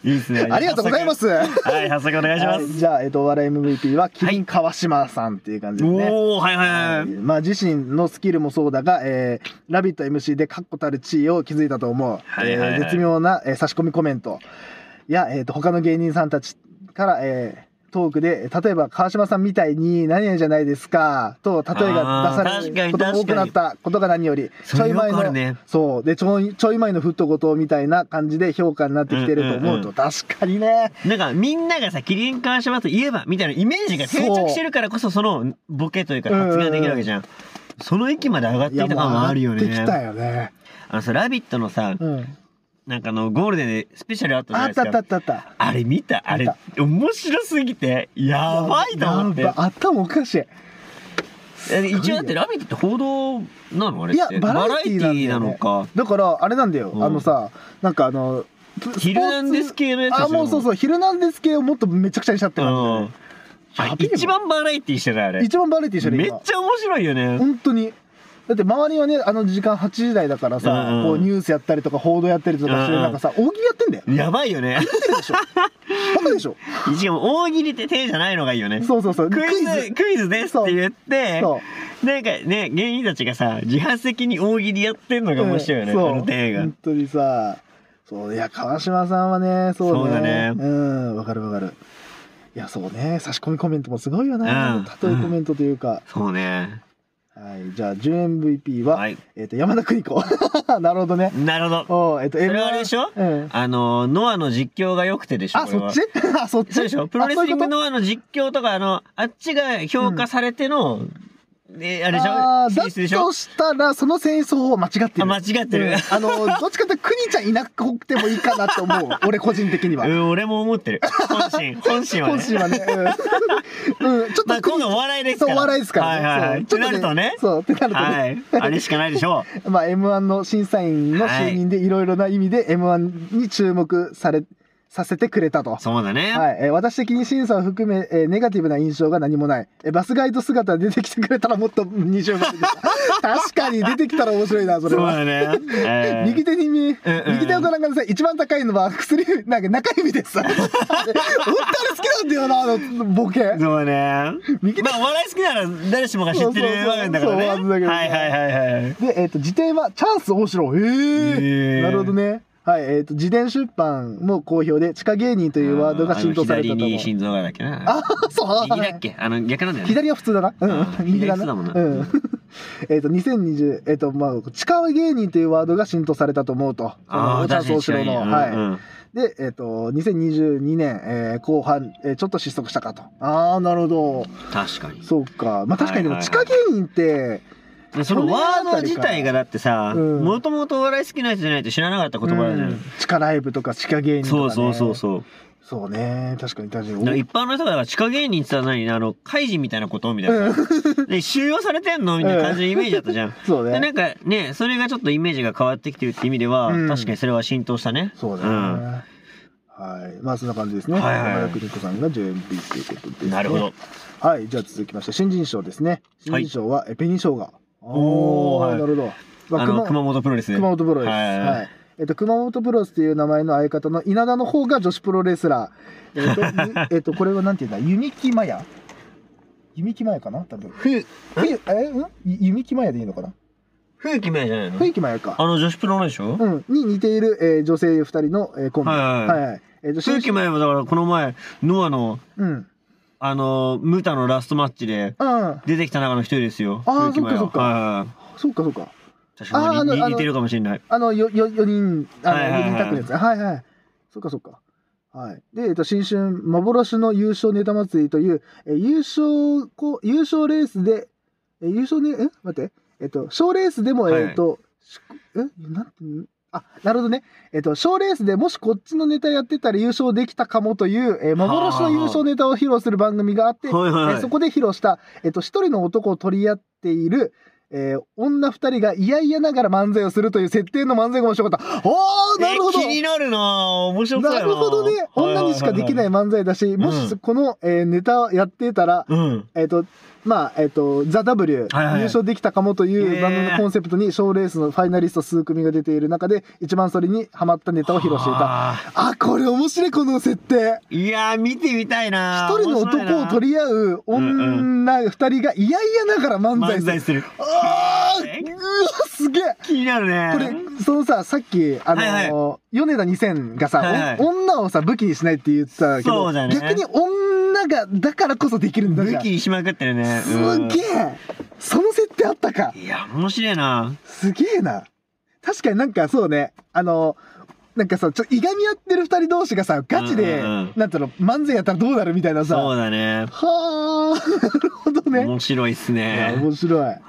Speaker 2: いいですね。
Speaker 1: りがとうございます
Speaker 2: はい、早速お願いしま
Speaker 1: は
Speaker 2: す。
Speaker 1: いじゃあ、えっと、お笑い MVP はキリン川島さんっていう感じですね、
Speaker 2: おおはいはい
Speaker 1: は
Speaker 2: はいい。
Speaker 1: まあ自身のスキルもそうだが、えーラビット MC で確固たる地位を築いたと思う。
Speaker 2: はいはい
Speaker 1: え
Speaker 2: はい
Speaker 1: ー絶妙な、えー差し込みコメントや、えーと他の芸人さんたちから、えトークで、例えば川島さんみたいに何々じゃないですか、と例えが出
Speaker 2: あー
Speaker 1: さ
Speaker 2: 確
Speaker 1: れ
Speaker 2: か
Speaker 1: る
Speaker 2: に
Speaker 1: ことが多くなったことが何より、
Speaker 2: それよくあるね
Speaker 1: の、そう、で、ちょい、ちょい前のふっとごとみたいな感じで評価になってきてると
Speaker 2: うん
Speaker 1: 思
Speaker 2: う
Speaker 1: うん
Speaker 2: うん
Speaker 1: と、確かにね、
Speaker 2: なんかみんながさ、キリン川島といえばみたいなイメージが定着してるからこそそのボケというか発言ができるわけじゃん。その域まで上がっていた感はあるよね。
Speaker 1: できたよね。
Speaker 2: あのさ、ラビットのさ、
Speaker 1: うん。
Speaker 2: なんかあのゴールデンでスペシャルあったじ
Speaker 1: あ
Speaker 2: ゃない
Speaker 1: っ
Speaker 2: です
Speaker 1: た
Speaker 2: か。
Speaker 1: あったあったあった。
Speaker 2: あれ見たあれ
Speaker 1: 見
Speaker 2: 面白すぎてやばいと思って
Speaker 1: なんか頭おかしい。
Speaker 2: え一応だって「ラビット!」って報道なのあれ
Speaker 1: いや
Speaker 2: って
Speaker 1: バラエティなんだよね
Speaker 2: バラエティなのか
Speaker 1: だからあれなんだよ、
Speaker 2: うん
Speaker 1: あのさなんかあのス
Speaker 2: ヒルナンデス系のやつでしょ
Speaker 1: あもうそうそうヒルナンデス系をもっとめちゃくちゃにしちゃってる、
Speaker 2: うんあ
Speaker 1: やべえよ
Speaker 2: 一番バラエティしてたあれ
Speaker 1: 一番バラエティーしてる
Speaker 2: めっ
Speaker 1: 今
Speaker 2: ちゃ面白いよね
Speaker 1: 本当にだって周りはねあの時間8時台だからさ、
Speaker 2: うんうん
Speaker 1: こうニュースやったりとか報道やったりとかして、
Speaker 2: うんうん
Speaker 1: なんかさ大喜利やってんだよ
Speaker 2: やばいよね
Speaker 1: 見てるでしょバカでし ょ
Speaker 2: しかも大喜利って手じゃないのがいいよね
Speaker 1: そうそうそう
Speaker 2: クイズクイズですって言って
Speaker 1: そう
Speaker 2: なんかね芸人たちがさ自発的に大喜利やってんのが 面白いよね、
Speaker 1: うんそう
Speaker 2: あの手が
Speaker 1: 本当にさそういや川島さんはねそうね
Speaker 2: そうだね
Speaker 1: うんわかるわかるいやそうね差し込みコメントもすごいよな、
Speaker 2: うん
Speaker 1: 例えコメントというか、
Speaker 2: そうね
Speaker 1: はいじゃあ 10MVP は、
Speaker 2: はい
Speaker 1: えっ、と山田邦子 なるほどね
Speaker 2: なるほど
Speaker 1: おうえっ、と
Speaker 2: それ
Speaker 1: M1
Speaker 2: はあれでしょ
Speaker 1: うん、
Speaker 2: あのノアの実況が良くてでしょ
Speaker 1: あ
Speaker 2: これ
Speaker 1: そ
Speaker 2: は
Speaker 1: っち あそっち
Speaker 2: そうでしょプロレスリング
Speaker 1: あ
Speaker 2: のあの実況とかあのあっちが評価されての、えあれでし
Speaker 1: あーだ
Speaker 2: ょ選出でしょ
Speaker 1: としたらその戦争を間違ってる
Speaker 2: あ間違ってる
Speaker 1: うんあのどっちかっていうと邦ちゃんいなくてもいいかなと 思う俺個人的には
Speaker 2: うん俺も思ってる本 心本心はね
Speaker 1: 本心はね、 うん、うんちょっ
Speaker 2: まあ
Speaker 1: と
Speaker 2: 今
Speaker 1: 国
Speaker 2: 度お笑いです
Speaker 1: そ
Speaker 2: か
Speaker 1: う
Speaker 2: ら
Speaker 1: お笑いですから、ね、
Speaker 2: はいはいはい
Speaker 1: そう
Speaker 2: ってなるとね
Speaker 1: そうってなるとね、
Speaker 2: はいあれしかないでしょ
Speaker 1: まあ m 1の審査員の就任でいろいろな意味で m 1に注目されさせてくれたと
Speaker 2: う。そうだね、
Speaker 1: はい、えー私的に審査を含め、えーネガティブな印象が何もない、えーバスガイド姿で出てきてくれたらもっと20倍で した確かに出てきたら面白いなそ
Speaker 2: そ
Speaker 1: れ
Speaker 2: う
Speaker 1: は
Speaker 2: だね、えー
Speaker 1: 右手に見、
Speaker 2: うん
Speaker 1: 右手をご覧ください。一番高いのは薬指、なんか中指 です。本当に好きなんだよな、あのボケ。
Speaker 2: そうね
Speaker 1: 右手
Speaker 2: まあお笑い好きなら誰しもが知ってるわけだからね
Speaker 1: そうそうそうそうなんだけどね
Speaker 2: はいはいはいはい
Speaker 1: で、えっ、と、辞典はチャンス大城。え
Speaker 2: へえ
Speaker 1: ー、なるほどね。はい、えっ、と、辞典出版も好評で、地下芸人というワードが浸透されたと
Speaker 2: あの
Speaker 1: 思う
Speaker 2: 左に。心臓がだっけな
Speaker 1: あ、そう。
Speaker 2: 右だっけあの逆なんだよね
Speaker 1: 左は普通だな。うん
Speaker 2: あ。ー
Speaker 1: 右だ
Speaker 2: 左普通だもんな
Speaker 1: な。うん。 えっと、2020、えっと、まあ、地下芸人というワードが浸透されたと思うと。
Speaker 2: ああ
Speaker 1: チャンス大城の。はい。
Speaker 2: うんうん
Speaker 1: で、えっ、と、2022年、えー後半、えーちょっと失速したかと。ああ、なるほど。
Speaker 2: 確かに
Speaker 1: そうか。まあ確かにでも、
Speaker 2: はいはいはい
Speaker 1: 地下芸人って、
Speaker 2: でそのワード自体がだってさ
Speaker 1: うん
Speaker 2: もともとお笑い好きな人じゃないと知らなかった言葉だじゃ
Speaker 1: うんん地下ライブとか地下芸人とか、
Speaker 2: そ
Speaker 1: ね。
Speaker 2: うそうそうそう
Speaker 1: そうね。確かに確か
Speaker 2: だから
Speaker 1: に。
Speaker 2: 一般の人が地下芸人って言ったら何あの怪人みたいなことみたいなで収容されてんのみたいな感じのイメージだったじゃん
Speaker 1: そう
Speaker 2: で
Speaker 1: ね。
Speaker 2: なんかねそれがちょっとイメージが変わってきてるって意味では
Speaker 1: うん
Speaker 2: 確かにそれは浸透したね
Speaker 1: そうだね。はい。まあそんな感じですね。
Speaker 2: はいはいはい
Speaker 1: 山田邦子さんが JMP ということです、
Speaker 2: うんなるほど。
Speaker 1: はい。じゃあ続きまして、新人賞ですね。新人賞は、え紅生姜。
Speaker 2: おー
Speaker 1: ー
Speaker 2: はい
Speaker 1: なるほど。ま
Speaker 2: あ
Speaker 1: 熊
Speaker 2: の熊本プロレスね
Speaker 1: 熊本プロレス。
Speaker 2: はい
Speaker 1: はい。えっと、熊本プロレスという名前の相方の稲田の方が女子プロレスラー。えっと ゆ、えっと、これはなんていうんだ弓木麻也弓木麻也かな多分。
Speaker 2: ふ
Speaker 1: 冬、え、うんゆ弓木麻也でいいのかな
Speaker 2: 風紀名じゃないの
Speaker 1: 冬木麻也か。
Speaker 2: あの女子プロのでしょ
Speaker 1: うん。に似ている、えー女性二人の、えーコンビ。
Speaker 2: はいはいはい
Speaker 1: えっと、
Speaker 2: 風紀
Speaker 1: 麻
Speaker 2: 名はだからこの前ノアの
Speaker 1: 也。うん。
Speaker 2: あのムタのラストマッチで
Speaker 1: うん。
Speaker 2: 出てきた中の一人ですよ。
Speaker 1: あー
Speaker 2: 冬木麻也
Speaker 1: そっかそっかそうか、そ
Speaker 2: はいはい
Speaker 1: うか。
Speaker 2: 確かに
Speaker 1: あーあの
Speaker 2: に
Speaker 1: あの
Speaker 2: 似てるかもしれない。
Speaker 1: あの、よ、よ、4人、あの、
Speaker 2: はいはいはい
Speaker 1: 4人タックルやつ。はいはい。そっかそっか。はい。で、えっと、新春、幻の優勝ネタ祭りという、え優勝こ、優勝レースで、え優勝ね、え待って。えっと、賞レースでも、
Speaker 2: はい
Speaker 1: えっと、しえなんて、んあ、なるほどね。えっと、賞レースでもしこっちのネタやってたら優勝できたかもという、え幻の優勝ネタを披露する番組があって、
Speaker 2: はいはいは
Speaker 1: え
Speaker 2: い
Speaker 1: そ。こで披露した、えっと、一人の男を取り合っている、えー女二人が嫌々ながら漫才をするという設定の漫才が面白かった。おーなるほど
Speaker 2: え気になるなぁ面白そう
Speaker 1: な
Speaker 2: やな。
Speaker 1: るほどね。女にしかできないい漫才だし、も
Speaker 2: うん
Speaker 1: しこの、えーネタをやってたら、
Speaker 2: うん。
Speaker 1: えっ、と、まあ、えっ、と、ザ・ W、
Speaker 2: はいはい
Speaker 1: 優勝できたかもとい
Speaker 2: へー
Speaker 1: う番組のコンセプトに、賞レースのファイナリスト数組が出ている中で、一番それにハマったネタを披露していた。
Speaker 2: あ
Speaker 1: あ、これ面白い、この設定。
Speaker 2: ーいやー見てみたいな
Speaker 1: 一人の男を取り合う女二人が嫌々ながら漫才
Speaker 2: 漫
Speaker 1: する
Speaker 2: 才。する。
Speaker 1: あ
Speaker 2: え
Speaker 1: ーうわすげえ
Speaker 2: 気になる
Speaker 1: こ
Speaker 2: ね。
Speaker 1: れそのささっきあのー、
Speaker 2: はい
Speaker 1: 米田2000がさ、
Speaker 2: はいはい
Speaker 1: お女をさ武器にしないって言ってたけど
Speaker 2: そうだね
Speaker 1: 逆に女が、だからこそできるんだじ
Speaker 2: 武
Speaker 1: ゃん
Speaker 2: 器。にしまくってるね。
Speaker 1: すげえその設定あったか
Speaker 2: え。いや、面白いな。
Speaker 1: すげえな。確かになんかそうね、あの、なんかさ、ちょっといがみ合ってる二人同士がさ、ガチで、
Speaker 2: うんうんうん
Speaker 1: なんだろう、漫才やったらどうなるみたいなさ。
Speaker 2: そう
Speaker 1: は
Speaker 2: だね。
Speaker 1: あ、なるほどね。
Speaker 2: 面白いっす
Speaker 1: いや
Speaker 2: ね。
Speaker 1: 面白い。
Speaker 2: はいはい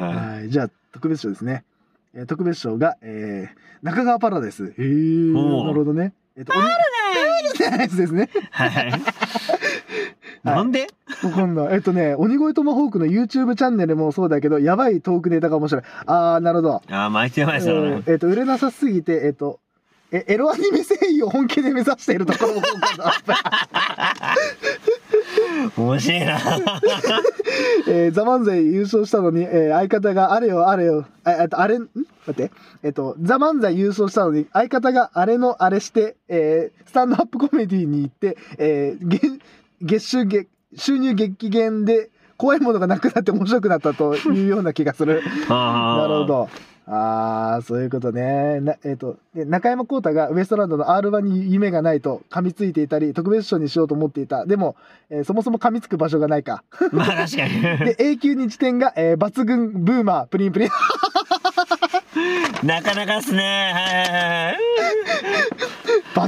Speaker 2: は
Speaker 1: はい、じゃあ、特別賞ですね。えー特別賞が、えー中川パラです。へえ、
Speaker 2: おう
Speaker 1: なるほどね。えっ、と、パラダイスですね。
Speaker 2: い。 はいはい。なんで
Speaker 1: わかんない。えっとね、鬼越トマホークの YouTube チャンネルもそうだけど、やばいトークネタが面白い。あー、なるほど。
Speaker 2: ああ、巻いてま
Speaker 1: え
Speaker 2: したね。
Speaker 1: ーえっと、売れなさすぎて、えっと、え、エロアニメ声優を本気で目指しているところも多かった。
Speaker 2: 面白い な。
Speaker 1: えー、ザ・漫才優勝したのに、えー相方があれよあれよ、あえっと、あれ、ん待って、えっと、ザ・漫才優勝したのに、相方があれのあれして、えースタンドアップコメディに行って、えー月、月収月、収入激減で、怖いものがなくなって面白くなったというような気がする。な
Speaker 2: な
Speaker 1: るほ。ど。ああ、そういうことね。なえっ、と、で中山浩太がウエストランドの R1 に夢がないと噛みついていたり、特別賞にしようと思っていた。でも、えーそもそも噛みつく場所がないか。
Speaker 2: まあ確かに。
Speaker 1: で、永久に辞典が、えー抜群ブーマー、プリンプリ ン。
Speaker 2: なかなかっすね。はいはいはい。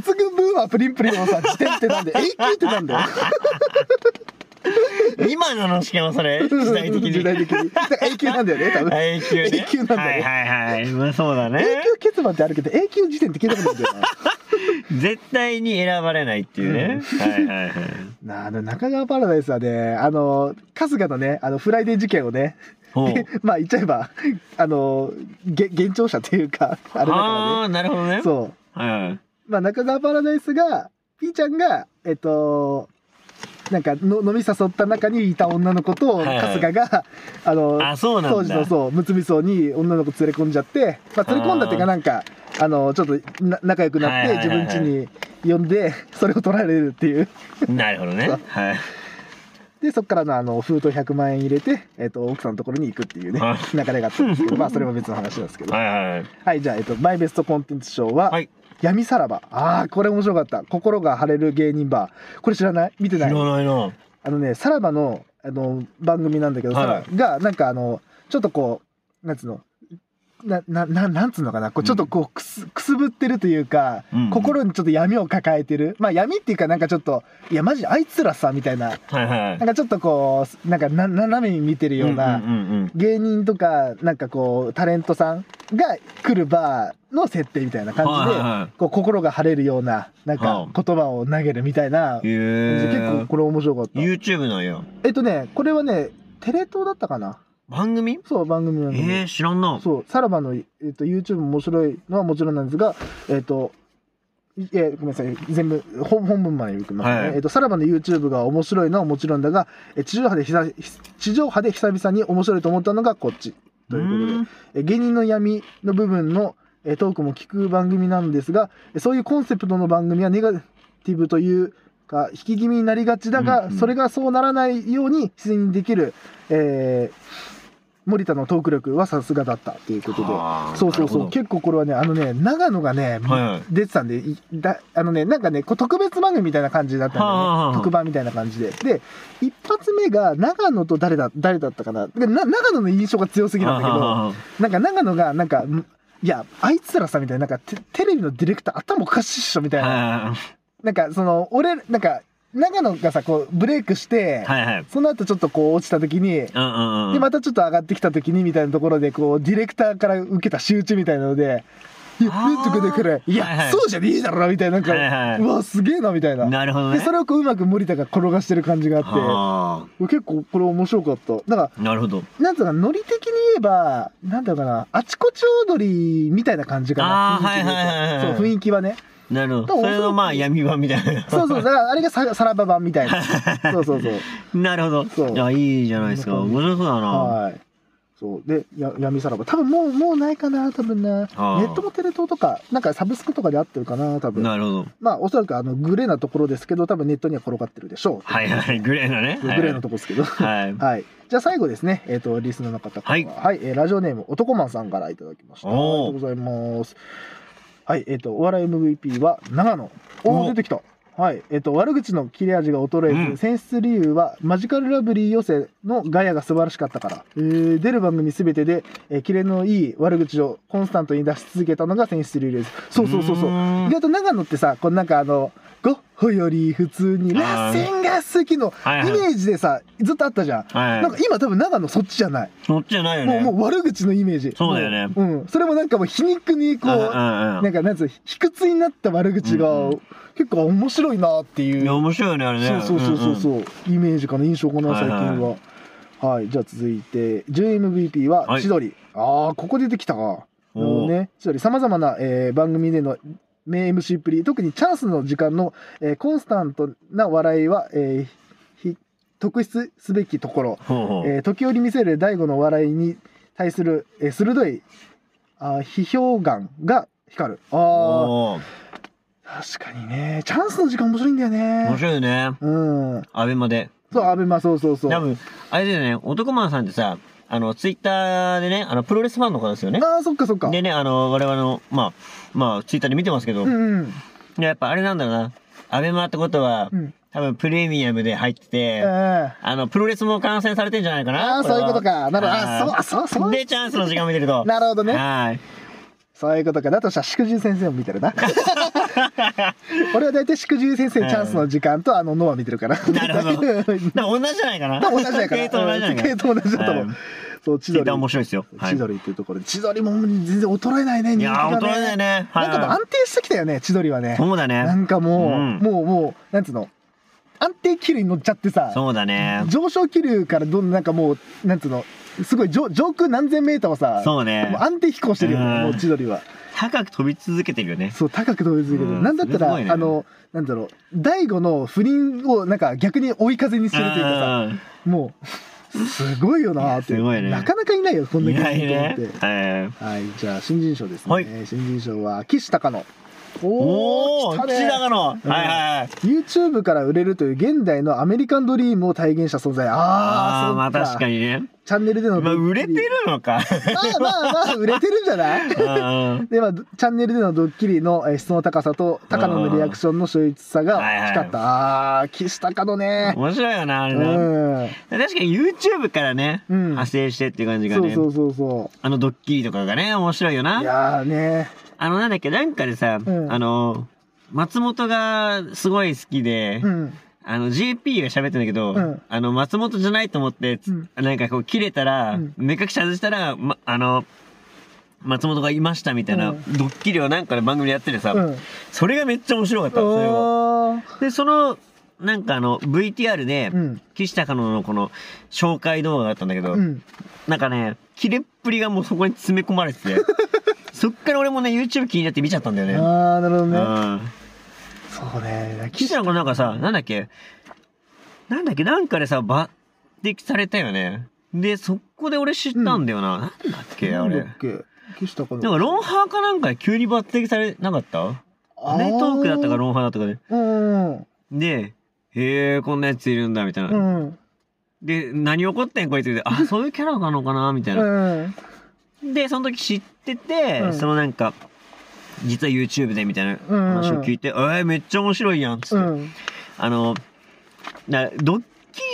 Speaker 1: 抜群ブーマー、プリンプリンのさ、辞典って なんで、永久ってなんだよ。
Speaker 2: 今なのしかもそれ時代的に
Speaker 1: 時代的に。 だから永久なんだよね、多分。永
Speaker 2: 永久ね
Speaker 1: 永久なんだね
Speaker 2: はいはいはいまあそうだね
Speaker 1: 久結番ってあるけど、永久辞典って聞いたことないんだよな。
Speaker 2: 絶対に選ばれないっていうね、はいはいはい
Speaker 1: なあの中川パラダイスはね、あの、春日のね、あの、フライデー事件をね、
Speaker 2: ほう
Speaker 1: まあ言っちゃえば、あの、げ現聴者っていうか、あれだか
Speaker 2: あーなるほど
Speaker 1: ら
Speaker 2: ね
Speaker 1: ね。そう。
Speaker 2: はいはい
Speaker 1: まあ中川パラダイスが、ピーちゃんが、えっと、なんかの飲み誘った中にいた女の子と、
Speaker 2: はいはい
Speaker 1: 春日が、あの、
Speaker 2: あそうなんだ
Speaker 1: 当時のそう、むつみそうに女の子連れ込んじゃって、まあ連れ込んだっていう
Speaker 2: あ
Speaker 1: か
Speaker 2: ー
Speaker 1: なんか、あの、ちょっとな仲良くなって、
Speaker 2: はいはいはいはい
Speaker 1: 自分家に呼んで、それを取られるっていう。
Speaker 2: なるほどね
Speaker 1: そう
Speaker 2: はい
Speaker 1: でそこからのあの封筒100万円入れて、えっと奥さんのところに行くっていうね
Speaker 2: はい
Speaker 1: 流れがあったんですけどまあそれは別の話なんですけどは
Speaker 2: はいはい
Speaker 1: いじゃあ、えっとマイベストコンテンツ賞は「
Speaker 2: はい
Speaker 1: 闇さらば」ああこれ面白かった「心が晴れる芸人バー」これ知らない見て
Speaker 2: 知ら
Speaker 1: ない
Speaker 2: ないな
Speaker 1: あのねさらばのあの番組なんだけど、
Speaker 2: はい
Speaker 1: さらがなんかあのちょっとこうなんつうのななななんつうのかなこうちょっとこうくす,、くすぶってるというか、
Speaker 2: うんうん
Speaker 1: 心にちょっと闇を抱えてるまあ闇っていうかなんかちょっといやマジあいつらさみたいな
Speaker 2: はいはい
Speaker 1: なんかちょっとこう、なんかな斜めに見てるよう
Speaker 2: うんう
Speaker 1: なん
Speaker 2: うんうん
Speaker 1: 芸人とか、なんかこう、タレントさんが来るバーの設定みたいな感じ
Speaker 2: はいはい
Speaker 1: で、
Speaker 2: はい
Speaker 1: こう心が晴れるような、なん
Speaker 2: は
Speaker 1: か
Speaker 2: い
Speaker 1: 言葉を投げるみたいな、
Speaker 2: へ
Speaker 1: 結
Speaker 2: ー
Speaker 1: 構これ面白かった。
Speaker 2: YouTube なんや
Speaker 1: えっとね、これはね、テレ東だったかな
Speaker 2: 番組
Speaker 1: そう、番組なの
Speaker 2: え
Speaker 1: に。
Speaker 2: ー、知らんな
Speaker 1: そう、さらばの、えっと YouTube も面白いのはもちろんなんですが、えっと、いえごめんなさい全部本本文まで行きますね、
Speaker 2: はい
Speaker 1: えっとさらばの YouTube が面白いのはもちろんだがえ地上波で久々地上波で久々に面白いと思ったのがこっちということでえ
Speaker 2: ん
Speaker 1: 芸人の闇の部分のえトークも聞く番組なんですがえそういうコンセプトの番組はネガティブというか引き気味になりがちだが、
Speaker 2: うんうん
Speaker 1: それがそうならないように自然にできる、えー森田のトーク力はさすがだったということで
Speaker 2: はあ
Speaker 1: そうそう
Speaker 2: な
Speaker 1: そう
Speaker 2: るほど
Speaker 1: 結構これはねあのね長野がね、
Speaker 2: はいはい
Speaker 1: 出てたんでいだあのねなんかねこう特別番組みたいな感じだったんだ
Speaker 2: はあはあ
Speaker 1: よ
Speaker 2: はあ
Speaker 1: ね特番みたいな感じでで一発目が長野と誰だ誰だったかなでな長野の印象が強すぎなんだけど。
Speaker 2: あー
Speaker 1: なんか長野がなんかんいやあいつらさみたいななんかテテレビのディレクター頭おかしいっしょみたいな、
Speaker 2: は
Speaker 1: なんかその俺なんか長野がさこうブレイクして、
Speaker 2: いはいはいはい
Speaker 1: その後ちょっとこう落ちた時に、
Speaker 2: うんうんうん
Speaker 1: でまたちょっと上がってきた時にみたいなところでこうディレクターから受けた集中みたいなので「いや
Speaker 2: あー
Speaker 1: うんとくでくれいや、
Speaker 2: はいはい
Speaker 1: そうじゃねえだろ」みたいななんか、
Speaker 2: はいはいう
Speaker 1: わすげえなみたいな
Speaker 2: なるほどね
Speaker 1: でそれをこううまく森田が転がしてる感じがあっ
Speaker 2: あ
Speaker 1: て結構これ面白かっただから
Speaker 2: ーなるほど
Speaker 1: なんつうか、ノリ的に言えば、なんだろうかな、あちこち踊りみたいな感じかな。
Speaker 2: あー
Speaker 1: 雰囲気で言うと
Speaker 2: はいはいはいはい
Speaker 1: そう、雰囲気はね。
Speaker 2: なるほ
Speaker 1: だか
Speaker 2: ど。
Speaker 1: ら
Speaker 2: それのまあ闇版みたいな。
Speaker 1: そうそう、だからあれがささらば版みたいな。 そうそうそう。
Speaker 2: なるほ
Speaker 1: そ
Speaker 2: ど。
Speaker 1: う
Speaker 2: いや、いいじゃないですか。
Speaker 1: こん
Speaker 2: 面白そうだな。
Speaker 1: はい。そう。で、や闇さらば。多分もう、もうないかな、多分な。ネ
Speaker 2: あー
Speaker 1: ットもテレ東とか、なんかサブスクとかで合ってるかな、多分。
Speaker 2: なるほど。
Speaker 1: まあ、おそらくあの、グレーなところですけど、多分ネットには転がってるでしょう。
Speaker 2: はいはい。グレーのね。
Speaker 1: グ
Speaker 2: はい
Speaker 1: レーなとこですけど。
Speaker 2: はい。
Speaker 1: はい。じゃあ最後ですね、えっ、と、リスナーの方から。
Speaker 2: はい
Speaker 1: えーラジオネーム、男マンさんからいただきました。ありが
Speaker 2: おー
Speaker 1: とうございます。はい、えっ、と、お笑い MVP は長野。お
Speaker 2: お
Speaker 1: お、出てきた。はい。えっと、悪口の切れ味が衰えず、
Speaker 2: うん
Speaker 1: 選出理由は、マジカルラブリー予選のガヤが素晴らしかったから。えー出る番組すべてで、えーキレのいい悪口をコンスタントに出し続けたのが選出理由です。そうそうそうそう。
Speaker 2: ーん
Speaker 1: 意外と長野ってさ、このなんかあの、ゴッホより普通に螺旋が好きの
Speaker 2: はいはい
Speaker 1: イメージでさ、ずっとあったじゃん。
Speaker 2: はい
Speaker 1: なんか今多分長野そっちじゃない。
Speaker 2: そっちじゃないよ
Speaker 1: も
Speaker 2: ね
Speaker 1: うもう悪口のイメージ。
Speaker 2: そうだよね
Speaker 1: もううん。それもなんかもう皮肉にこ
Speaker 2: うんう
Speaker 1: う、
Speaker 2: んうん
Speaker 1: なんかなんつうの卑屈になった悪口が
Speaker 2: うんうん
Speaker 1: 結構面白いなっていう、
Speaker 2: いや面白いよねあれね
Speaker 1: そうそうそうそう、イメージかな印象かな
Speaker 2: はいは
Speaker 1: 最
Speaker 2: い
Speaker 1: 近は。はいじゃあ続いて JMVP は
Speaker 2: はい
Speaker 1: 千鳥、ああここ出てきたか
Speaker 2: うんうんおー
Speaker 1: なるほどね千鳥さまざまな、えー番組での名 MC っぷり特にチャンスの時間の、えーコンスタントな笑いは、えーひ特筆すべきところ
Speaker 2: ほうほう
Speaker 1: えー時折見せる大悟の笑いに対する、えー鋭いあー批評眼が光るあ
Speaker 2: おー
Speaker 1: ー確かにねチャンスの時間面白いんだよ
Speaker 2: 面
Speaker 1: ね
Speaker 2: 白いよね
Speaker 1: うん
Speaker 2: アベマで
Speaker 1: そうアベマそうそうそう
Speaker 2: 多
Speaker 1: あ
Speaker 2: 分あれだよね男マンさんってさあのツイッターでねあのプロレスファンの方ですよね
Speaker 1: あーそっかそっか
Speaker 2: でねあの我々のまあまあツイッターで見てますけど、
Speaker 1: うんうん
Speaker 2: やっぱあれなんだろうなアベマってことは、
Speaker 1: うん
Speaker 2: 多分プレミアムで入ってて、
Speaker 1: えー
Speaker 2: あのプロレスも観戦されてんじゃないか
Speaker 1: あ
Speaker 2: な
Speaker 1: あ
Speaker 2: これ
Speaker 1: そう
Speaker 2: は
Speaker 1: いうことかなるほど
Speaker 2: はい
Speaker 1: あーそうそうそう
Speaker 2: でチャンスの時間見てると
Speaker 1: なるほどね
Speaker 2: はい
Speaker 1: そういうことかだとしたらしくじゅ先生を見て るな俺は大体しくじゅ先生チャンスの時間とあのノア見てるから
Speaker 2: なるほどなんか同じじゃないかな
Speaker 1: 同じだ から
Speaker 2: 系統同じじゃないか
Speaker 1: 系統同じだと思う、
Speaker 2: はい
Speaker 1: そう千
Speaker 2: ツイッ
Speaker 1: 鳥
Speaker 2: ター面白いですよ、はい、
Speaker 1: 千鳥っていうところで千鳥も全然衰えないね人
Speaker 2: い
Speaker 1: 気
Speaker 2: やー
Speaker 1: が
Speaker 2: 衰えない
Speaker 1: ね
Speaker 2: ねは
Speaker 1: ないんかもう安定してきたよね千鳥はね
Speaker 2: そうだ
Speaker 1: な
Speaker 2: ね
Speaker 1: んかもう、
Speaker 2: うん
Speaker 1: もうもうなんつうの安定気流に乗っちゃってさ
Speaker 2: そうだね
Speaker 1: 上昇気流からどんどんなんかもうなんつうのすごい上上空何千メーターをさ
Speaker 2: そうね
Speaker 1: もう安定飛行してるよね
Speaker 2: うん
Speaker 1: もう千鳥は
Speaker 2: 高く飛び続けてるよね
Speaker 1: そう高く飛び続けて
Speaker 2: う
Speaker 1: る
Speaker 2: ん
Speaker 1: なんだった
Speaker 2: す
Speaker 1: ら、
Speaker 2: ごいね
Speaker 1: あのなんだろう大悟の不倫をなんか逆に追い風にしてるというかさ
Speaker 2: うん
Speaker 1: もうすごいよなーって
Speaker 2: すごいね
Speaker 1: なかなかいないよこんないに
Speaker 2: ないね
Speaker 1: って。
Speaker 2: はい
Speaker 1: はい、じゃあ新人賞ですね。
Speaker 2: はい
Speaker 1: 新人賞は岸隆野。
Speaker 2: お
Speaker 1: ー
Speaker 2: お
Speaker 1: 来たね
Speaker 2: 岸田の、
Speaker 1: うん
Speaker 2: はいはいはい
Speaker 1: YouTube から売れるという現代のアメリカンドリームを体現した存在。ああ、
Speaker 2: あ
Speaker 1: そ
Speaker 2: ー
Speaker 1: う
Speaker 2: まあ確かにね
Speaker 1: チャンネルでの。
Speaker 2: まあ売れてる。のか
Speaker 1: まあまあまあ、売れてるんじゃない
Speaker 2: うんうん
Speaker 1: では、チャンネルでのドッキリのえー質の高さと、高野のリアクションの秀逸さが
Speaker 2: はいはい
Speaker 1: 光った。ああ、岸隆野ね。
Speaker 2: 面白いよなあれ
Speaker 1: う
Speaker 2: ね、
Speaker 1: ん。
Speaker 2: 確かに YouTube からね、
Speaker 1: うん
Speaker 2: 派生してっていう感じが
Speaker 1: そう
Speaker 2: ね
Speaker 1: そうそうそ
Speaker 2: あのドッキリとかがね面白いよ
Speaker 1: う。い
Speaker 2: な
Speaker 1: やーね。
Speaker 2: あのなんだっけなんかでさ、
Speaker 1: うん
Speaker 2: あの松本がすごい好きで、
Speaker 1: うん。
Speaker 2: あの GP が喋ってんだけど、
Speaker 1: うん
Speaker 2: あの松本じゃないと思って、つ
Speaker 1: うん
Speaker 2: なんかこう切れたら、
Speaker 1: うん
Speaker 2: 目隠し外したら、ま、あの松本がいましたみたいな、
Speaker 1: うん
Speaker 2: ドッキリをなんかで番組でやっててさ、
Speaker 1: うん。
Speaker 2: それがめっちゃ面白かったそれは
Speaker 1: おー
Speaker 2: でそのなんかあの VTR で、
Speaker 1: うん。
Speaker 2: 岸高野のこの紹介動画があったんだけど、
Speaker 1: うん。
Speaker 2: なんかね、切れっぷりがもうそこに詰め込まれてて、 そっから俺もね、YouTube 気になって見ちゃったんだよね。
Speaker 1: ああ、なるほど
Speaker 2: う
Speaker 1: ね。
Speaker 2: ん。
Speaker 1: そうね。
Speaker 2: 岸田の子なんかさ、なんだっけ、なんだっけ、なんかでさ、抜擢されたよね。で、そこで俺知ったんだよな。なんだっけ、あれ。
Speaker 1: なんだっけ岸田か
Speaker 2: なんか、ロンハーかなんかで急に抜擢されなかったアメトークだったか
Speaker 1: ロ
Speaker 2: ロンハーだったかで。
Speaker 1: うんうん
Speaker 2: で、へえ、こんなやついるんだ、みたいな。
Speaker 1: うんうん
Speaker 2: で、何怒ってんこいつって、あ、そういうキャラなのかな、みたいな。
Speaker 1: うん
Speaker 2: でその時知ってて、
Speaker 1: うん
Speaker 2: そのなんか実は YouTube でみたいな
Speaker 1: うんうん
Speaker 2: 話を聞いて「えーめっちゃ面白いやん」っつ
Speaker 1: う
Speaker 2: って、
Speaker 1: ん
Speaker 2: あのなドッ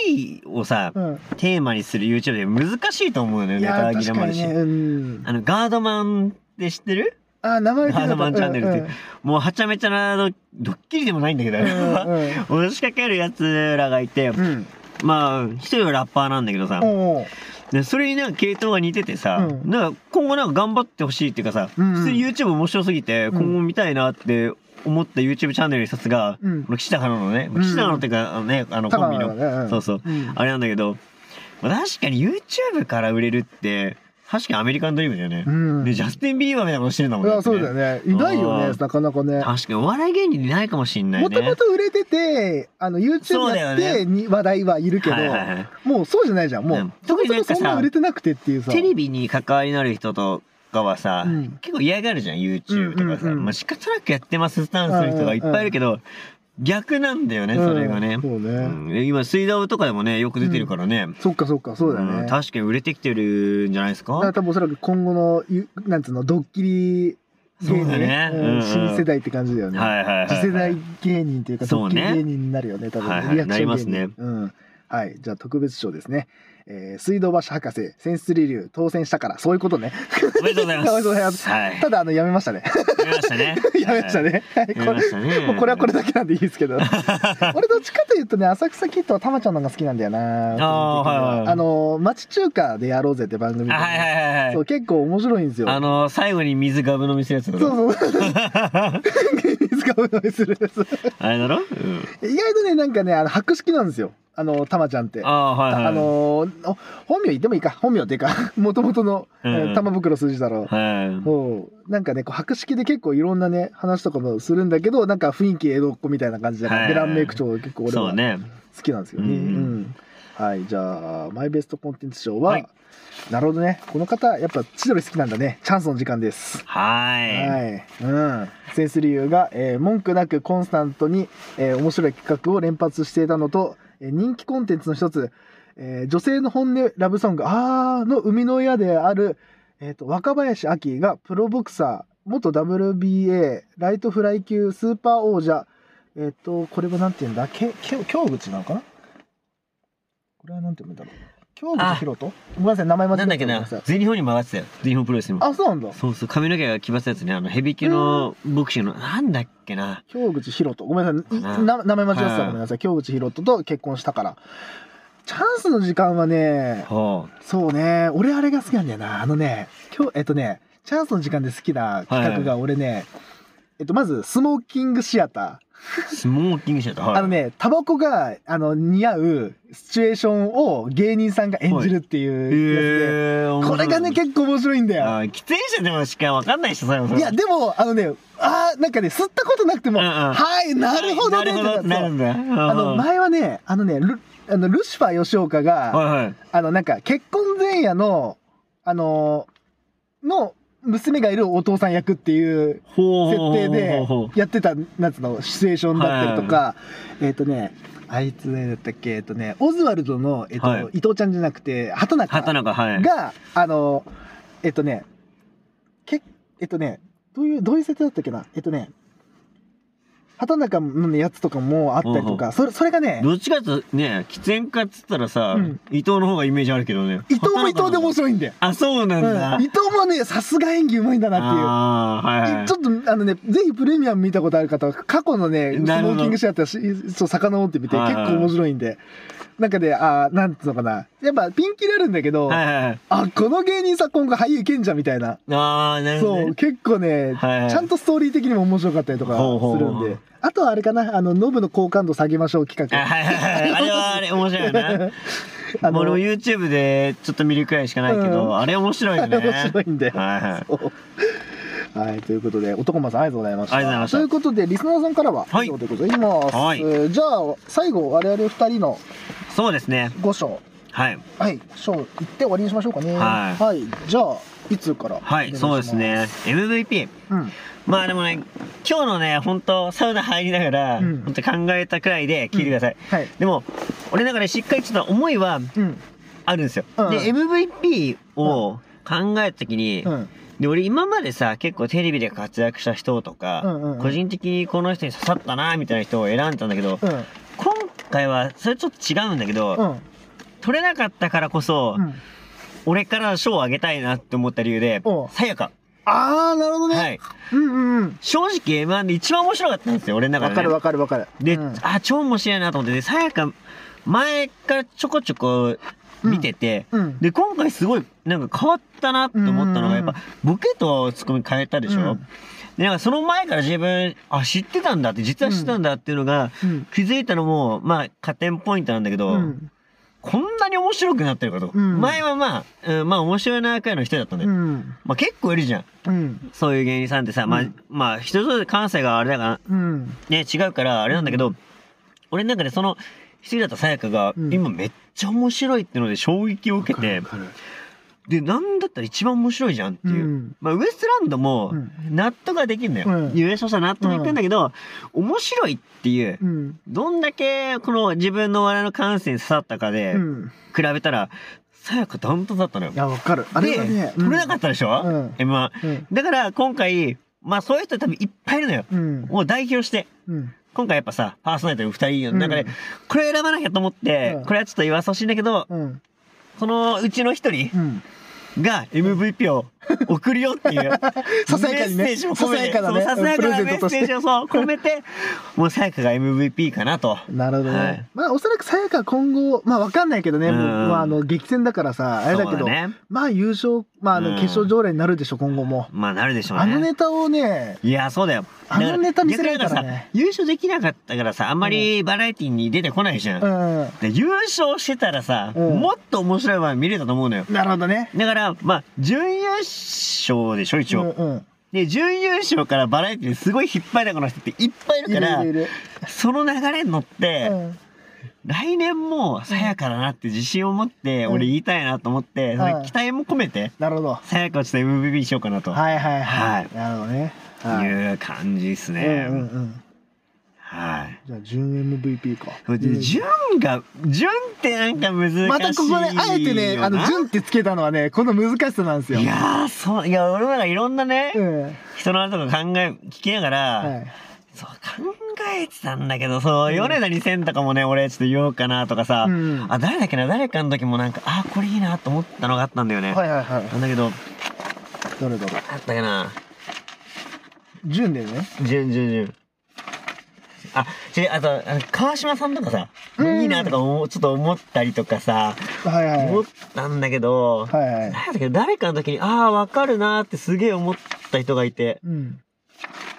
Speaker 2: キリをさ、
Speaker 1: うん
Speaker 2: テーマにする YouTube で難しいと思うのよ
Speaker 1: い
Speaker 2: ネタ
Speaker 1: やー
Speaker 2: 切れ
Speaker 1: 確
Speaker 2: もあ
Speaker 1: か
Speaker 2: る
Speaker 1: に
Speaker 2: し、
Speaker 1: ねうん
Speaker 2: あのガードマンって知ってる
Speaker 1: あー名前
Speaker 2: ガードマンチャンネルってい
Speaker 1: うん
Speaker 2: うもうはちゃめちゃなドドッキリでもないんだけど、あれは
Speaker 1: うんうん
Speaker 2: 押しかけるやつらがいて、
Speaker 1: うんうん
Speaker 2: まあ一人はラッパーなんだけどさ、
Speaker 1: おうおう
Speaker 2: でそれになんか系統が似ててさ、
Speaker 1: うん
Speaker 2: なんか今後なんか頑張ってほしいっていうかさ、
Speaker 1: うん
Speaker 2: 普通に YouTube 面白すぎて
Speaker 1: うん
Speaker 2: 今後見たいなって思った YouTube チャンネルの一つが、
Speaker 1: うん
Speaker 2: この岸田からのね、
Speaker 1: うん
Speaker 2: 岸田のっていうかあのねあの
Speaker 1: 高
Speaker 2: コンビ
Speaker 1: 野
Speaker 2: の、
Speaker 1: だねうん
Speaker 2: そうそう、
Speaker 1: うん
Speaker 2: あれなんだけど、まあ、確かに YouTube から売れるって確かにアメリカンドリームだよね、
Speaker 1: うん
Speaker 2: でジャスティン・ビーバーみたいなことしてるんだも
Speaker 1: い
Speaker 2: ん
Speaker 1: やそうだよねいないよ
Speaker 2: う
Speaker 1: ね
Speaker 2: ん
Speaker 1: なかなかね
Speaker 2: 確かにお笑い芸人いないかもしんないね
Speaker 1: もともと売れててあの
Speaker 2: そ
Speaker 1: YouTube
Speaker 2: うだ
Speaker 1: や
Speaker 2: よ
Speaker 1: っ
Speaker 2: ね
Speaker 1: てに話題はいるけど
Speaker 2: はいはいはい
Speaker 1: もうそうじゃないじゃんも
Speaker 2: う
Speaker 1: うん
Speaker 2: 特になんかさ
Speaker 1: そもそもそんな売れてなくてっていうさ
Speaker 2: テレビに関わりのある人とかはさ、
Speaker 1: うん
Speaker 2: 結構嫌がるじゃん YouTube とかさ、
Speaker 1: うんうんうん
Speaker 2: まあ、仕方なくやってますスタンスの人がいっぱいいるけど、逆なんだよねそれがね、
Speaker 1: うんそう
Speaker 2: う
Speaker 1: ね
Speaker 2: ん今水道とかでもねよく出てるからね、
Speaker 1: そっかそっかそうだよ
Speaker 2: うん
Speaker 1: ね
Speaker 2: 確かに売れてきてるんじゃないです
Speaker 1: だから
Speaker 2: か
Speaker 1: 多分おそらく今後のゆなんつうのドッキリ
Speaker 2: そうだね
Speaker 1: 芸人
Speaker 2: うんうん
Speaker 1: 新世代って感じだよね、
Speaker 2: はいはいはい
Speaker 1: 次世代芸人というかド
Speaker 2: そう
Speaker 1: ッキ
Speaker 2: ね
Speaker 1: リ芸人になるよね多分、
Speaker 2: はいはい
Speaker 1: リアクション芸人
Speaker 2: なりますね
Speaker 1: うんはいじゃあ特別賞ですね、えー水道橋博士センスリ流当選したからそういう ことね
Speaker 2: おめでとうございます
Speaker 1: おめでとうございます
Speaker 2: はい
Speaker 1: ただあのやめましたね
Speaker 2: やめましたね
Speaker 1: やめましたね、はい、
Speaker 2: やめましたね
Speaker 1: もうこれはこれだけなんでいいですけ ど俺どっちかというとね浅草キッドはたまちゃんの方が好きなんだよな
Speaker 2: あ
Speaker 1: 個
Speaker 2: ー
Speaker 1: 人的に
Speaker 2: はいはい
Speaker 1: あの町中華でやろうぜって番組で
Speaker 2: あはいはいはいはい
Speaker 1: そう結構面白いんですよ
Speaker 2: あの最後に水ガブ飲みするやつだろ
Speaker 1: そう そう水がおいするやつ
Speaker 2: あれだろ、うん、
Speaker 1: 意外とねなんかねあの博識なんですよあのたまちゃんって
Speaker 2: ああはいはい
Speaker 1: あのーお本名言ってもいいか本名っていうか もともとの、
Speaker 2: うん
Speaker 1: えー玉袋筋太郎、
Speaker 2: はい
Speaker 1: そうなんかねこう博識で結構いろんなね話とかもするんだけどなんか雰囲気江戸っ子みたいな感じだか
Speaker 2: は
Speaker 1: ら
Speaker 2: い
Speaker 1: ベランメイク長結構俺
Speaker 2: そ
Speaker 1: は
Speaker 2: うね
Speaker 1: 好きなんですよね、
Speaker 2: うん
Speaker 1: うんはいじゃあマイベストコンテンツ賞は、
Speaker 2: はい
Speaker 1: なるほどねこの方やっぱ千鳥好きなんだねチャンスの時間です
Speaker 2: はい
Speaker 1: はい、うん、センス理由が、えー文句なくコンスタントに、えー面白い企画を連発していたのと、えー人気コンテンツの一つ、えー女性の本音ラブソング「あー」の生みの親である、えー、と若林明がプロボクサー元 WBA ライトフライ級スーパー王者えっ、とこれはなんて言うんだけけ京口なのかなこれはなんて言うんだろう京口博人ごめんなさい名前間違え
Speaker 2: な
Speaker 1: て
Speaker 2: んだっけ
Speaker 1: ごめん
Speaker 2: な
Speaker 1: さい
Speaker 2: 全日本にも上がってたよ全日本プロレスにも
Speaker 1: あそうなんだ
Speaker 2: そうそう髪の毛が奇抜なやつねあのヘビ級のボクシングのなんだっけな
Speaker 1: 京口博人ごめんなさいい
Speaker 2: うん
Speaker 1: な名前間違って
Speaker 2: は
Speaker 1: た
Speaker 2: い
Speaker 1: ごめんなさい京口博人と結婚したからチャンスの時間はね
Speaker 2: は
Speaker 1: そうね俺あれが好きなんだよなあのね今日えっとねチャンスの時間で好きな企画が俺ね、えっとまずスモーキングシアター
Speaker 2: あスモーキングシャツはい
Speaker 1: あのねタバコがあの似合うシチュエーションを芸人さんが演じるっていうや
Speaker 2: へえ
Speaker 1: つで、これがね結構面白いんだよ
Speaker 2: あー喫煙者でもしかわかんない人さ
Speaker 1: いや、でも、あのね、あーなんかね、吸ったことなくても、
Speaker 2: うんうん
Speaker 1: はい、なるほどね、
Speaker 2: なるほどって
Speaker 1: な
Speaker 2: な
Speaker 1: る
Speaker 2: る
Speaker 1: ん
Speaker 2: ん
Speaker 1: だ
Speaker 2: だ
Speaker 1: あの、前はね、あのね、ルあのルシファー吉岡が、
Speaker 2: はいはい
Speaker 1: あの、なんか、結婚前夜の、あのーの、娘がいるお父さん役っていう
Speaker 2: ほう
Speaker 1: 設
Speaker 2: ほう
Speaker 1: 定
Speaker 2: ほう
Speaker 1: で
Speaker 2: ほう
Speaker 1: やってたなんつうのシチュエーションだったりとか、えっ、とねあいつねだったっけえっ、とねオズワルドの、えっと
Speaker 2: はい
Speaker 1: 伊藤ちゃんじゃなくて畑中
Speaker 2: 畑中はい
Speaker 1: が、あの、えっとね、けえっとね、どういう、どういう設定だったっけなえっとね、畑中のやつとかもあったりと
Speaker 2: うん
Speaker 1: か、それ、それがね、
Speaker 2: どっちかっていうとね喫煙かっつったらさ、
Speaker 1: うん
Speaker 2: 伊藤の方がイメージあるけどね
Speaker 1: 伊藤も伊藤で面
Speaker 2: い
Speaker 1: 白いんだよ。
Speaker 2: あそうなんだ、
Speaker 1: うん伊藤もね、さすが演技うまいんだなっ
Speaker 2: ああ
Speaker 1: て
Speaker 2: ー
Speaker 1: い
Speaker 2: は
Speaker 1: う。
Speaker 2: い
Speaker 1: ち
Speaker 2: ょっ
Speaker 1: ょっとあのね、ぜひプレミアム見たことある方は過去のねスモ
Speaker 2: なるほど
Speaker 1: ーキングシアターしそう遡ってみて
Speaker 2: は
Speaker 1: 結
Speaker 2: いはい
Speaker 1: 構面白いんでなんかねあーなんつうのかなやっぱピンキリあるんだけど、
Speaker 2: とはいはいはい
Speaker 1: あこの芸人さん今後俳優いけんじゃんみたいな
Speaker 2: ああなるほどね、
Speaker 1: そう結構ね、
Speaker 2: はいはい
Speaker 1: ちゃんとストーリー的にも面白かったりとかするんで
Speaker 2: ほうほうほう
Speaker 1: あとはあれかなあのノブの好感度下げましょう企
Speaker 2: あ
Speaker 1: 画
Speaker 2: はいはいはいあれはあれ面白いよね
Speaker 1: あ
Speaker 2: 俺も
Speaker 1: 面
Speaker 2: YouTube でちょっと見るくらいしかないけど、
Speaker 1: うん
Speaker 2: あれ面白いよね
Speaker 1: 白いんで、
Speaker 2: はいはい
Speaker 1: そうはいということで男間さんありがとうございました
Speaker 2: ありがとうございました
Speaker 1: ということでリスナーさんからは
Speaker 2: はい
Speaker 1: 以上でございます、
Speaker 2: はい
Speaker 1: えーじゃあ最後我々2人の
Speaker 2: そうですね
Speaker 1: 5章
Speaker 2: はい
Speaker 1: はい章行って終わりにしましょうかね
Speaker 2: はい
Speaker 1: じゃあいつから
Speaker 2: はい
Speaker 1: お
Speaker 2: そう
Speaker 1: 願し
Speaker 2: で
Speaker 1: ます
Speaker 2: ね MVP
Speaker 1: うん
Speaker 2: まあでもね今日のね本当サウナ入りながら、
Speaker 1: うん
Speaker 2: 本当考えたくらいで聞いてください、
Speaker 1: はい
Speaker 2: でも俺の中でしっかりちょっと思いは
Speaker 1: うん
Speaker 2: あるんですよ、
Speaker 1: うん
Speaker 2: で MVP を考えた時に、
Speaker 1: うん
Speaker 2: で俺今までさ結構テレビで活躍した人とか、
Speaker 1: うんうんうん
Speaker 2: 個人的にこの人に刺さったなみたいな人を選んでたんだけど、
Speaker 1: うん
Speaker 2: 今回はそれちょっと違うんだけど、
Speaker 1: うん
Speaker 2: 取れなかったからこそ、
Speaker 1: うん
Speaker 2: 俺から賞をあげたいなって思った理由で
Speaker 1: おう
Speaker 2: さやか
Speaker 1: ああなるほどね、
Speaker 2: はい
Speaker 1: うんうんうん
Speaker 2: 正直 M1 で一番面白かったんですよ俺の中
Speaker 1: わ
Speaker 2: で、ね、
Speaker 1: かるわかるわかる。
Speaker 2: で、
Speaker 1: うん
Speaker 2: あ超面白いなと思ってでさやか前からちょこちょこ見てて、
Speaker 1: うん。
Speaker 2: で今回すごいなんか変わったなって思ったのが
Speaker 1: う
Speaker 2: や
Speaker 1: ん
Speaker 2: っぱボケとツッコミ変えたでしょ、
Speaker 1: うん
Speaker 2: でなんかその前から自分あ知ってたんだって実は知ってたんだっていうのが
Speaker 1: うん。
Speaker 2: 気づいたのもまあ加点ポイントなんだけど、
Speaker 1: うん。
Speaker 2: こんなに面白くなってるかと、
Speaker 1: うん
Speaker 2: 前はまあ、うん、まあ面白いな会の人だったんだ
Speaker 1: う
Speaker 2: よ、
Speaker 1: ん。
Speaker 2: まあ結構いるじゃん
Speaker 1: うん。
Speaker 2: そういう芸人さんってさ、まあ
Speaker 1: うん
Speaker 2: まあ人それぞれ感性があれだから
Speaker 1: うん。
Speaker 2: ね違うからあれなんだけど、俺の中でその一人だったさやかが、
Speaker 1: うん
Speaker 2: 今めっちゃ面白いってので衝撃を受けて
Speaker 1: わかるわか
Speaker 2: でなんだったら一番面白いじゃんって
Speaker 1: る
Speaker 2: いう、まあ、ウエストランドも
Speaker 1: うん
Speaker 2: 納得ができるんだよ、
Speaker 1: うん
Speaker 2: 優勝したら納得いくんだけど、面白いっていう
Speaker 1: うん。うん。
Speaker 2: どんだけこの自分の笑いの感性に刺さったかで
Speaker 1: うん。
Speaker 2: 比べたらさやかダントツだったのよ
Speaker 1: い。や、わかる。あれはね。
Speaker 2: で、、取れなかったたでしょ、
Speaker 1: うん
Speaker 2: M1
Speaker 1: うん。
Speaker 2: だから今回、まあそういう人多分いっぱいいるのよ。
Speaker 1: うん。
Speaker 2: もう代表して。
Speaker 1: うん。
Speaker 2: 今回やっぱさ、パーソナリティの二人の中で、
Speaker 1: うん
Speaker 2: これ選ばなきゃと思って、
Speaker 1: うん
Speaker 2: これはちょっと言わせてほしいんだけど、
Speaker 1: うん。
Speaker 2: そのうちの一人
Speaker 1: うん。
Speaker 2: が MVP を送るよ っていう。
Speaker 1: ささやかにね
Speaker 2: メッセージも込めて
Speaker 1: ささやかなね
Speaker 2: そうささやかな
Speaker 1: プレ
Speaker 2: メ
Speaker 1: ゼントと
Speaker 2: ッ
Speaker 1: して
Speaker 2: セージをそう込めて、もうさやかが MVP かなと。
Speaker 1: なるほどね。
Speaker 2: はい
Speaker 1: まあ、おそらくさやかは今後、まあ、わかんないけどね、
Speaker 2: うん
Speaker 1: まあ、あの、激戦だからさ、あれだけ
Speaker 2: そ
Speaker 1: ど、
Speaker 2: うね。
Speaker 1: まあ、優勝、まあ、あ
Speaker 2: うん
Speaker 1: の、決勝条例になるでしょ、今後も。
Speaker 2: まあなるでしょうね。
Speaker 1: あのネタをね、
Speaker 2: いや、そうだよ。
Speaker 1: あのネタ見せられ
Speaker 2: だ
Speaker 1: たらね
Speaker 2: 逆になんかさ優勝できなかったからさ、あんまりバラエティに出てこないじゃん。
Speaker 1: うん。
Speaker 2: で優勝してたらさ、
Speaker 1: うん
Speaker 2: もっと面白い番組見れたと思うのよ。
Speaker 1: なるほどね。
Speaker 2: だから、まあ、準優勝でしょ、一
Speaker 1: うん
Speaker 2: 応。
Speaker 1: うん。
Speaker 2: で、準優勝からバラエティですごい引っ張りだこの人っていっぱいいる
Speaker 1: い
Speaker 2: か
Speaker 1: る
Speaker 2: ら、
Speaker 1: いるいる。
Speaker 2: その流れに乗って、
Speaker 1: うん
Speaker 2: 来年もさやかだなって自信を持って、
Speaker 1: うん
Speaker 2: 俺言いたいなと思って、そ
Speaker 1: うん
Speaker 2: れ期待も込めて、
Speaker 1: なるほど。は
Speaker 2: さやかをちょっと MVP しようかなと。
Speaker 1: いはいはい。
Speaker 2: はい
Speaker 1: なるほどね。はい。
Speaker 2: いう感じですね。
Speaker 1: うんうんうん。
Speaker 2: はい。
Speaker 1: じゃあ、準 MVP か。
Speaker 2: それで順が、順ってなんか難しいよな。
Speaker 1: またここね、あえてね、あの、順ってつけたのはね、この難しさなんですよ。
Speaker 2: いやー、そう、いや、俺らがいろんなね、
Speaker 1: うん。
Speaker 2: 人の話とか考え、聞きながら、
Speaker 1: はい。
Speaker 2: そう、考えてたんだけど、そう、米田2000とかもね、俺ちょっと言おうかなとかさ、
Speaker 1: うん
Speaker 2: あ、誰だっけな、誰かの時もなんか、あ、これいいなと思ったのがあったんだよね。
Speaker 1: はいはいは
Speaker 2: なんだけど、
Speaker 1: い。どれどれ。
Speaker 2: あったかな。
Speaker 1: 順でね。
Speaker 2: 順順順。あ、ちあと、あの川島さんとかさ、
Speaker 1: うん
Speaker 2: いいなとか思う、ちょっと思ったりとかさ、
Speaker 1: はいはい。
Speaker 2: 思ったんだけど、
Speaker 1: はいはい。
Speaker 2: なんだっけど誰かの時に、ああ、わかるなーってすげえ思った人がいて、
Speaker 1: うん。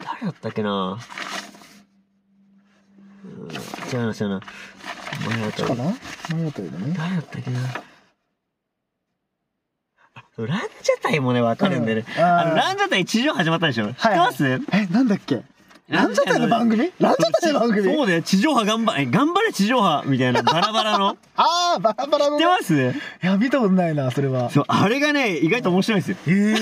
Speaker 2: 誰だったっけなうん違うな、違うな。前だった
Speaker 1: かな何ったよね。
Speaker 2: 誰だったっけなあランジャタイもね、わかるんだよね。
Speaker 1: うんあー
Speaker 2: あの、ランジャタイ地上始まったでしょ、知ってます
Speaker 1: え、なんだっけランジャタイの番組ランジャタイの番組
Speaker 2: そうだよ、地上波頑張れ、頑張れ地上波みたいな、バラバラ の。
Speaker 1: ああ、バラバラ
Speaker 2: 知っ
Speaker 1: の。い
Speaker 2: てます
Speaker 1: や、見たことないな、それは。
Speaker 2: そう、あれがね、意外と面白いんですよ。
Speaker 1: へえ。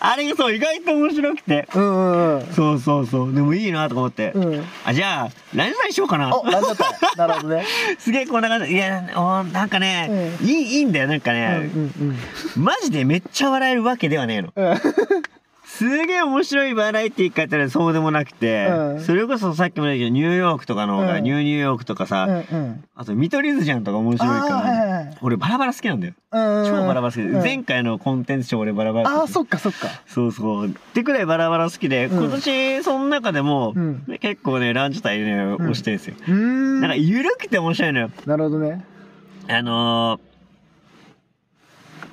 Speaker 2: あれがそう、意外と面白くて。
Speaker 1: うんうんうん。
Speaker 2: そうそうそう、でもいいなとか思って。
Speaker 1: うん。
Speaker 2: あ、じゃあ、ランジャタイしようかな。
Speaker 1: お、ランジャタイ。なるほどね。
Speaker 2: すげえこんな感じ。いや、おなんかね、
Speaker 1: う
Speaker 2: いい、いいんだよ、なんか
Speaker 1: うん
Speaker 2: ね、
Speaker 1: うん
Speaker 2: マジでめっちゃ笑えるわけではねえの。
Speaker 1: うん。うん
Speaker 2: すげえ面白いバラエティーかって言ったらそうでもなくて、
Speaker 1: うん
Speaker 2: それこそさっきも言ったけどニューヨークとかの方が、
Speaker 1: うん
Speaker 2: ニューニューヨークとかさ、
Speaker 1: うんうん。
Speaker 2: あと見取り図じゃんとか面白いから、
Speaker 1: あーはいはいはい
Speaker 2: 俺バラバラ好きなんだよ、
Speaker 1: うん。
Speaker 2: 超バラバラ好きで、
Speaker 1: うん
Speaker 2: 前回のコンテンツ賞俺バラバラ
Speaker 1: あ
Speaker 2: 好
Speaker 1: あ、
Speaker 2: き
Speaker 1: そっかそっか。
Speaker 2: そうそうってくらいバラバラ好きで、
Speaker 1: うん
Speaker 2: 今年その中でも、
Speaker 1: うん
Speaker 2: ね結構ねランチ帯ね
Speaker 1: ん
Speaker 2: 押してんすよ、
Speaker 1: うーん。
Speaker 2: なん
Speaker 1: な
Speaker 2: か緩くて面白いのよ
Speaker 1: るほどね。
Speaker 2: あのー、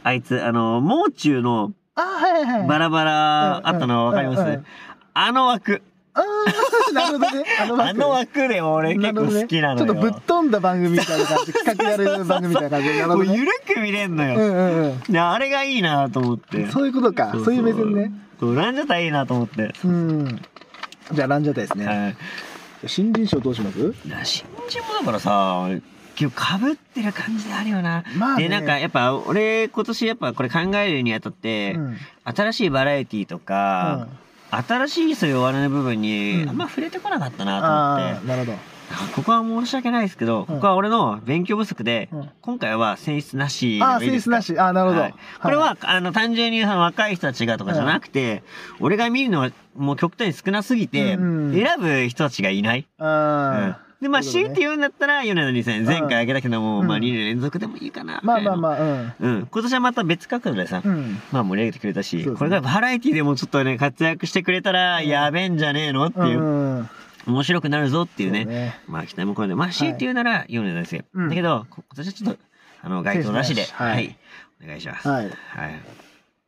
Speaker 2: あいつあのー、もう中の
Speaker 1: ああ、はいはいはい。
Speaker 2: バラバラあったの分かります、
Speaker 1: うんうんうん
Speaker 2: あの枠
Speaker 1: ああ、なるほどね。あの枠
Speaker 2: あの枠で俺結構好きなの
Speaker 1: るほどねちょ
Speaker 2: よ。
Speaker 1: っとぶっ飛んだ番組みたいな感じ。企画やれる番組みたいな 感じ。なるほど
Speaker 2: もう
Speaker 1: ね。
Speaker 2: ゆるく見れんの
Speaker 1: う
Speaker 2: よ。
Speaker 1: んうんうん。
Speaker 2: であれがいいなと思って。
Speaker 1: そういうことか。そういう目線ね。。
Speaker 2: そう、ランジャタイいいなと思って。
Speaker 1: うん。じゃあ、ランジャタイですね。
Speaker 2: はい。
Speaker 1: 新人賞どうします
Speaker 2: 新人もだからさ、結構被ってる感じであるよな。
Speaker 1: まあね
Speaker 2: で、なんかやっぱ俺今年やっぱこれ考えるにあたって、
Speaker 1: うん
Speaker 2: 新しいバラエティとか、新しいそういうお笑いの部分に
Speaker 1: うん
Speaker 2: あんま触れてこなかったなと思っ
Speaker 1: あ。
Speaker 2: て
Speaker 1: あ、なるほど。
Speaker 2: あここは申し訳ないですけど、ここは俺の勉強不足で、
Speaker 1: うん
Speaker 2: 今回は選出なし
Speaker 1: ああ、
Speaker 2: でもいい
Speaker 1: セ
Speaker 2: で
Speaker 1: ン
Speaker 2: す
Speaker 1: スな
Speaker 2: か
Speaker 1: し。ああ、なるほど
Speaker 2: はい。これは、あの、単純にその若い人たちがとかじゃなくて、俺が見るのはもう極端に少なすぎて、
Speaker 1: うんうん
Speaker 2: 選ぶ人たちがいない。
Speaker 1: はい、
Speaker 2: うんで、まあ、
Speaker 1: そう
Speaker 2: 強
Speaker 1: だ
Speaker 2: い
Speaker 1: ね
Speaker 2: て言うんだったら、米田2000、前回あげたけども、
Speaker 1: うん
Speaker 2: まあ、2年連続でもいいかな。
Speaker 1: うん。まあまあ
Speaker 2: あ。
Speaker 1: まあ、うん。
Speaker 2: うん。今年はまた別角度でさ、
Speaker 1: うん。
Speaker 2: まあ盛り上げてくれた
Speaker 1: そ
Speaker 2: し、
Speaker 1: うですね
Speaker 2: これがバラエティでもちょっとね、活躍してくれたら、
Speaker 1: うん
Speaker 2: やべえんじゃねえのっていう、
Speaker 1: うんうん。っ
Speaker 2: 面白くなるぞって
Speaker 1: て
Speaker 2: いうね。まあ期待もこれで、まあ C って言うなら米田先生。
Speaker 1: うん
Speaker 2: だけど、こ今年はちょっと、あの、該当なしで、
Speaker 1: 選手なし
Speaker 2: は
Speaker 1: はい
Speaker 2: い、お願いします。
Speaker 1: はい
Speaker 2: はい。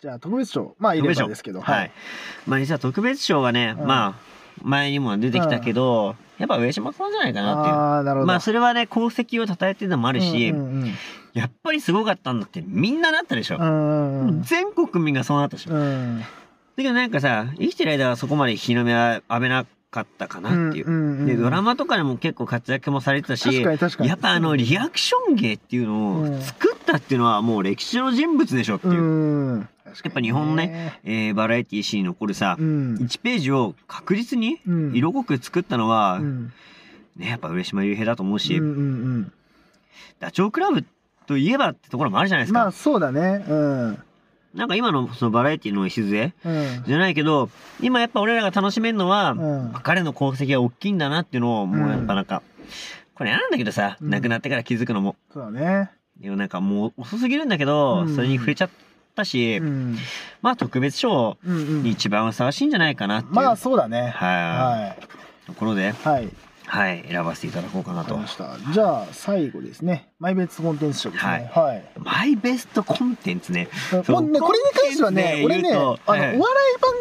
Speaker 1: じゃあ、特別賞。まあ、い
Speaker 2: 特
Speaker 1: れ
Speaker 2: 別
Speaker 1: ば
Speaker 2: 賞
Speaker 1: ですけど。
Speaker 2: はい。。まあ実は特別賞はね、
Speaker 1: うん
Speaker 2: まあ、前にも出てきたけど、やっぱ上島さんじゃないかなっていう。
Speaker 1: ああ、なるほど。
Speaker 2: まあそれはね、功績を称えてるのもあ
Speaker 1: あ
Speaker 2: るし、
Speaker 1: うんうんうん
Speaker 2: やっぱりすごかったんだってみんななったでしょ
Speaker 1: う。んうんうん。
Speaker 2: 全国民がそうなったでしょ。だ
Speaker 1: うん。
Speaker 2: けどなんかさ、生きてる間はそこまで日の目は浴びなかったかなっていう。
Speaker 1: んんん
Speaker 2: でドラマとかでも結構活躍もされてたし
Speaker 1: 確かに確かに
Speaker 2: やっぱあのリアクション芸っていうの
Speaker 1: う
Speaker 2: を
Speaker 1: ん
Speaker 2: 作ったっていうのはもう歴史の人物でしょっていう、
Speaker 1: うん
Speaker 2: やっぱ日本ね、えーバラエティー史に残るさ、
Speaker 1: うん
Speaker 2: 1ページを確実に
Speaker 1: うん
Speaker 2: 色濃く作ったのは、
Speaker 1: うん
Speaker 2: ね、やっぱ上島竜兵だと思うし、
Speaker 1: うんうん
Speaker 2: ダチョウ倶楽部といえばってところもあるじゃない
Speaker 1: うん
Speaker 2: ですか、
Speaker 1: まあそうだねうん
Speaker 2: なんか今のそのバラエティの礎
Speaker 1: うん
Speaker 2: じゃないけど、今やっぱ俺らが楽しめるのは、
Speaker 1: うん
Speaker 2: 彼の功績が大きいんだなっていうのを、もうやっぱなんか、これ嫌なんだけどさ、
Speaker 1: うん
Speaker 2: 亡くなってから気づくのも。
Speaker 1: そうだね。
Speaker 2: いやなんかもう遅すぎるんだけど、
Speaker 1: うん
Speaker 2: それに触れちゃったし、
Speaker 1: うん。
Speaker 2: まあ特別賞
Speaker 1: うんう
Speaker 2: に
Speaker 1: ん。
Speaker 2: 一番ふさわしいんじゃないかなっていう、
Speaker 1: まあそうだね。
Speaker 2: はい、
Speaker 1: は
Speaker 2: ところで、
Speaker 1: い。はい。
Speaker 2: はい、選ばせていただこうかな
Speaker 1: わかり
Speaker 2: と
Speaker 1: ま。した。じゃあ、最後ですね。マイベーツコンテンツ賞ですね。はい。
Speaker 2: マイベストコンテンツね。
Speaker 1: もうね、
Speaker 2: コン
Speaker 1: これに関してはね、
Speaker 2: コン
Speaker 1: 俺
Speaker 2: テン
Speaker 1: ね、
Speaker 2: ツ
Speaker 1: あ
Speaker 2: で言
Speaker 1: の
Speaker 2: うと、
Speaker 1: お
Speaker 2: は
Speaker 1: 笑
Speaker 2: い
Speaker 1: い番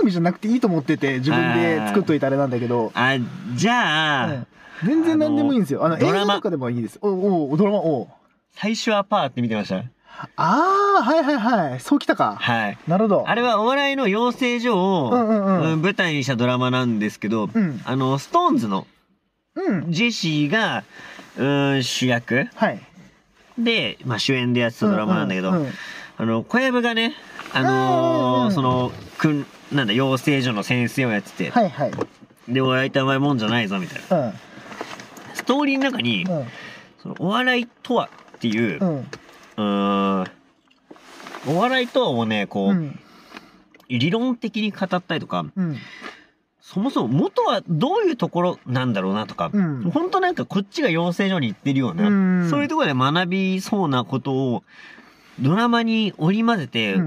Speaker 1: 組じゃなくていいと思ってて、自分で作っといたあれなんだけど、
Speaker 2: あ、じゃあ、
Speaker 1: うん全然何でもいいんですよ。あの、映
Speaker 2: ドラ
Speaker 1: 画
Speaker 2: マ
Speaker 1: とかでもいいです。おおおドラマ、おう
Speaker 2: 最初はパーって見てました。
Speaker 1: ああ、はいはいはい。そうきたか。
Speaker 2: はい。
Speaker 1: なるほど。
Speaker 2: あれはお笑いの養成所を、
Speaker 1: うんうんうん
Speaker 2: うん舞台にしたドラマなんですけど、
Speaker 1: うん。
Speaker 2: あの、ストーンズの
Speaker 1: うん。
Speaker 2: ジェシーが、うん、主役
Speaker 1: はい。
Speaker 2: で、まあ、主演でやってたドラマなんだけど、
Speaker 1: うう
Speaker 2: あの、小籔がね、あ
Speaker 1: うんうん
Speaker 2: の
Speaker 1: う
Speaker 2: ー
Speaker 1: ん
Speaker 2: その、くん、なんだ、養成所の先生をやってて、
Speaker 1: はいはい。
Speaker 2: で、お笑いって甘いもんじゃないぞ、みたいな。
Speaker 1: う
Speaker 2: ストーリーの中に、
Speaker 1: ん。
Speaker 2: そのお笑いとはっていう、
Speaker 1: う。
Speaker 2: うん
Speaker 1: うん。
Speaker 2: ーん、お笑いとはをね、こう、
Speaker 1: うん。
Speaker 2: 理論的に語ったりとか、
Speaker 1: うん。
Speaker 2: そもそも元はどういうところなんだろうなとか、
Speaker 1: うん
Speaker 2: ほんとなんかこっちが養成所に行ってるような、
Speaker 1: うん
Speaker 2: そういうところで学びそうなことを、ドラマに織り交ぜて、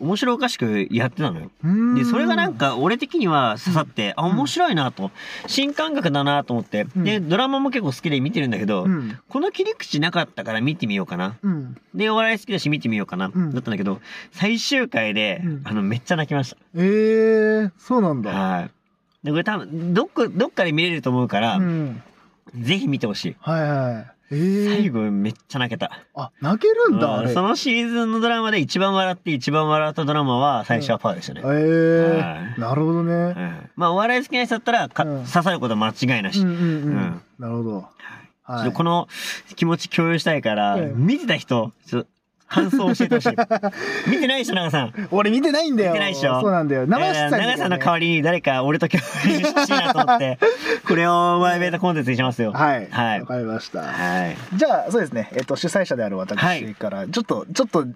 Speaker 2: 面白おかしくやってたのよ。
Speaker 1: うん
Speaker 2: で、それがなん、か、俺的には刺さって、あ、面白いなと。新感覚だなと思って。
Speaker 1: うん
Speaker 2: で、ドラマも結構好きで見てるんだけど
Speaker 1: う、ん。
Speaker 2: この切り口なかったから見てみようかな。
Speaker 1: うん。
Speaker 2: で、お笑い好きだし見てみようかな。
Speaker 1: うん
Speaker 2: だったんだけど、最終回で
Speaker 1: うん、
Speaker 2: あの、めっちゃ泣きまし
Speaker 1: えー、そうなん
Speaker 2: た。
Speaker 1: だ。
Speaker 2: はい。で、これ多分、どっか、どっかで見れると思うか
Speaker 1: う
Speaker 2: ら、
Speaker 1: ん。
Speaker 2: ぜひ見てほしい。
Speaker 1: はいはい。えー、
Speaker 2: 最後めっちゃ泣けた。
Speaker 1: あ、泣けるんだ、あ
Speaker 2: うん
Speaker 1: れ。
Speaker 2: そのシーズンのドラマで一番笑って一番笑ったドラマは最初はパーでしたね。
Speaker 1: えー、
Speaker 2: はい
Speaker 1: なるほどね。
Speaker 2: うんまあお笑い好きな人だったらか、
Speaker 1: うん
Speaker 2: 刺さることは間違いな
Speaker 1: う
Speaker 2: し、ち
Speaker 1: んうんうん。
Speaker 2: うん
Speaker 1: なるほど。
Speaker 2: ょ
Speaker 1: はい
Speaker 2: っとこ。の気持ち共有したいから、
Speaker 1: うん
Speaker 2: 見てた人ちょっと感想を教えて ほしい見てないでしょ長さん
Speaker 1: 俺見てないんだよ。
Speaker 2: 見てないでしょ
Speaker 1: そうなんだよ。生
Speaker 2: だ
Speaker 1: 瀬
Speaker 2: か
Speaker 1: さ
Speaker 2: ら
Speaker 1: ん、
Speaker 2: 長さんの代わりに誰か俺と共有してほしいなと思って これをマイベータコンテンツにしますよ
Speaker 1: はい。
Speaker 2: は
Speaker 1: はい。
Speaker 2: い
Speaker 1: わ、かりました。
Speaker 2: はい
Speaker 1: じゃあ、そうですね。えっ、と、主催者である
Speaker 2: は
Speaker 1: 私
Speaker 2: い
Speaker 1: から、ちょっと、ちょっと、ん